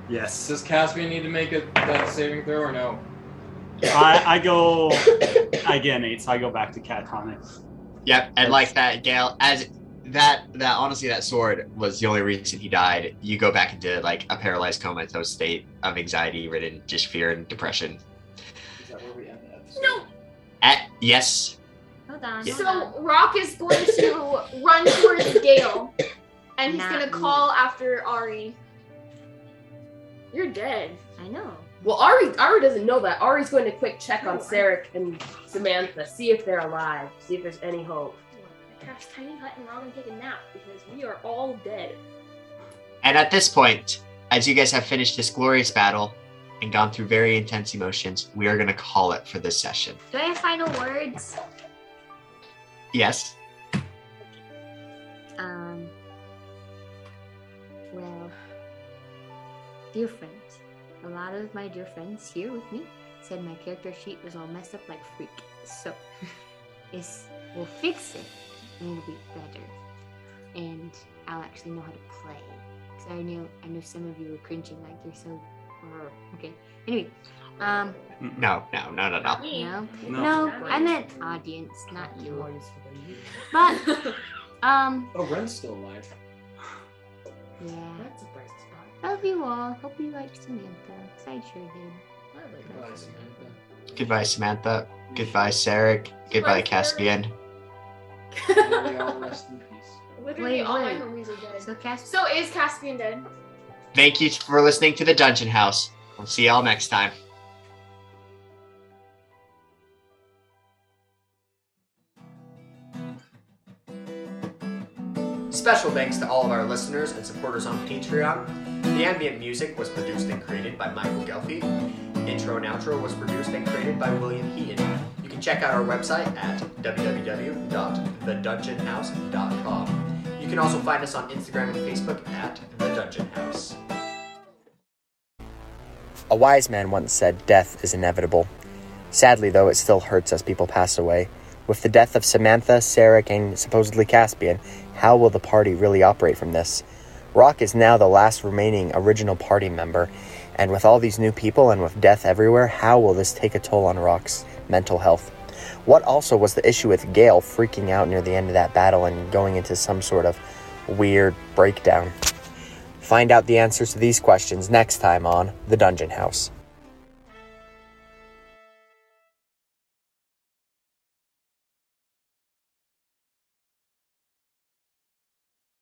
S2: Yes,
S5: Does Caspian need to make a that saving throw or no?
S2: I, I go again eight, so I go back to catatonic.
S4: Yep, and like that, Gail, as that that honestly, that sword was the only reason he died. You go back into like a paralyzed comatose state of anxiety, ridden just fear and depression.
S12: Is that where we end the episode?
S8: No.
S4: At, yes,
S3: Hold on. hold on.
S8: So Rock is going to run towards Gale, and he's
S3: Not
S8: gonna
S3: me.
S8: call after Ari. You're dead.
S3: I know.
S9: Well, Ari Ari doesn't know that. Ari's going to quick check on Sarek and Samantha, see if they're alive, see if there's any hope.
S8: Perhaps Tiny Hut and Robin take a nap because we are all dead.
S4: And at this point, as you guys have finished this glorious battle and gone through very intense emotions, we are going to call it for this session.
S3: Do I have final words?
S4: Yes?
S3: Um. Well, dear friends, a lot of my dear friends here with me said my character sheet was all messed up like freak. So, this will fix it and it'll be better. And I'll actually know how to play. Because I know I know some of you are cringing like you're so. brr. Okay. Anyway, um,
S4: No, no, no, no, no.
S3: no,
S2: No.
S3: no,
S8: No.
S3: I meant audience, not you. But um,
S12: Oh, Ren's still alive.
S3: yeah.
S9: That's a bright spot.
S3: Love you all. Hope you liked Samantha. 'cause I sure did.
S12: Goodbye, Samantha.
S4: Goodbye, Samantha. Goodbye, Sarek. Goodbye,
S8: Sarek.
S4: Caspian.
S12: May they all rest in peace.
S8: Literally,
S3: Wait,
S8: all
S3: wait.
S8: my homies are dead.
S3: So Cass,
S8: So is Caspian dead?
S4: Thank you for listening to The Dungeon House. We'll see y'all next time. Special thanks to all of our listeners and supporters on Patreon. The ambient music was produced and created by Michael Gelfi. Intro and outro was produced and created by William Heaton. You can check out our website at www.thedungeonhouse.com.
S13: can also find us on Instagram and Facebook at The Dungeon House.
S1: A wise man once said, Death is inevitable. Sadly, though, it still hurts as people pass away. With the death of Samantha, Sarek, and supposedly Caspian, how will the party really operate from this? Rock is now the last remaining original party member, and with all these new people and with death everywhere, how will this take a toll on Rock's mental health? What also was the issue with Gale freaking out near the end of that battle and going into some sort of weird breakdown? Find out the answers to these questions next time on The Dungeon House.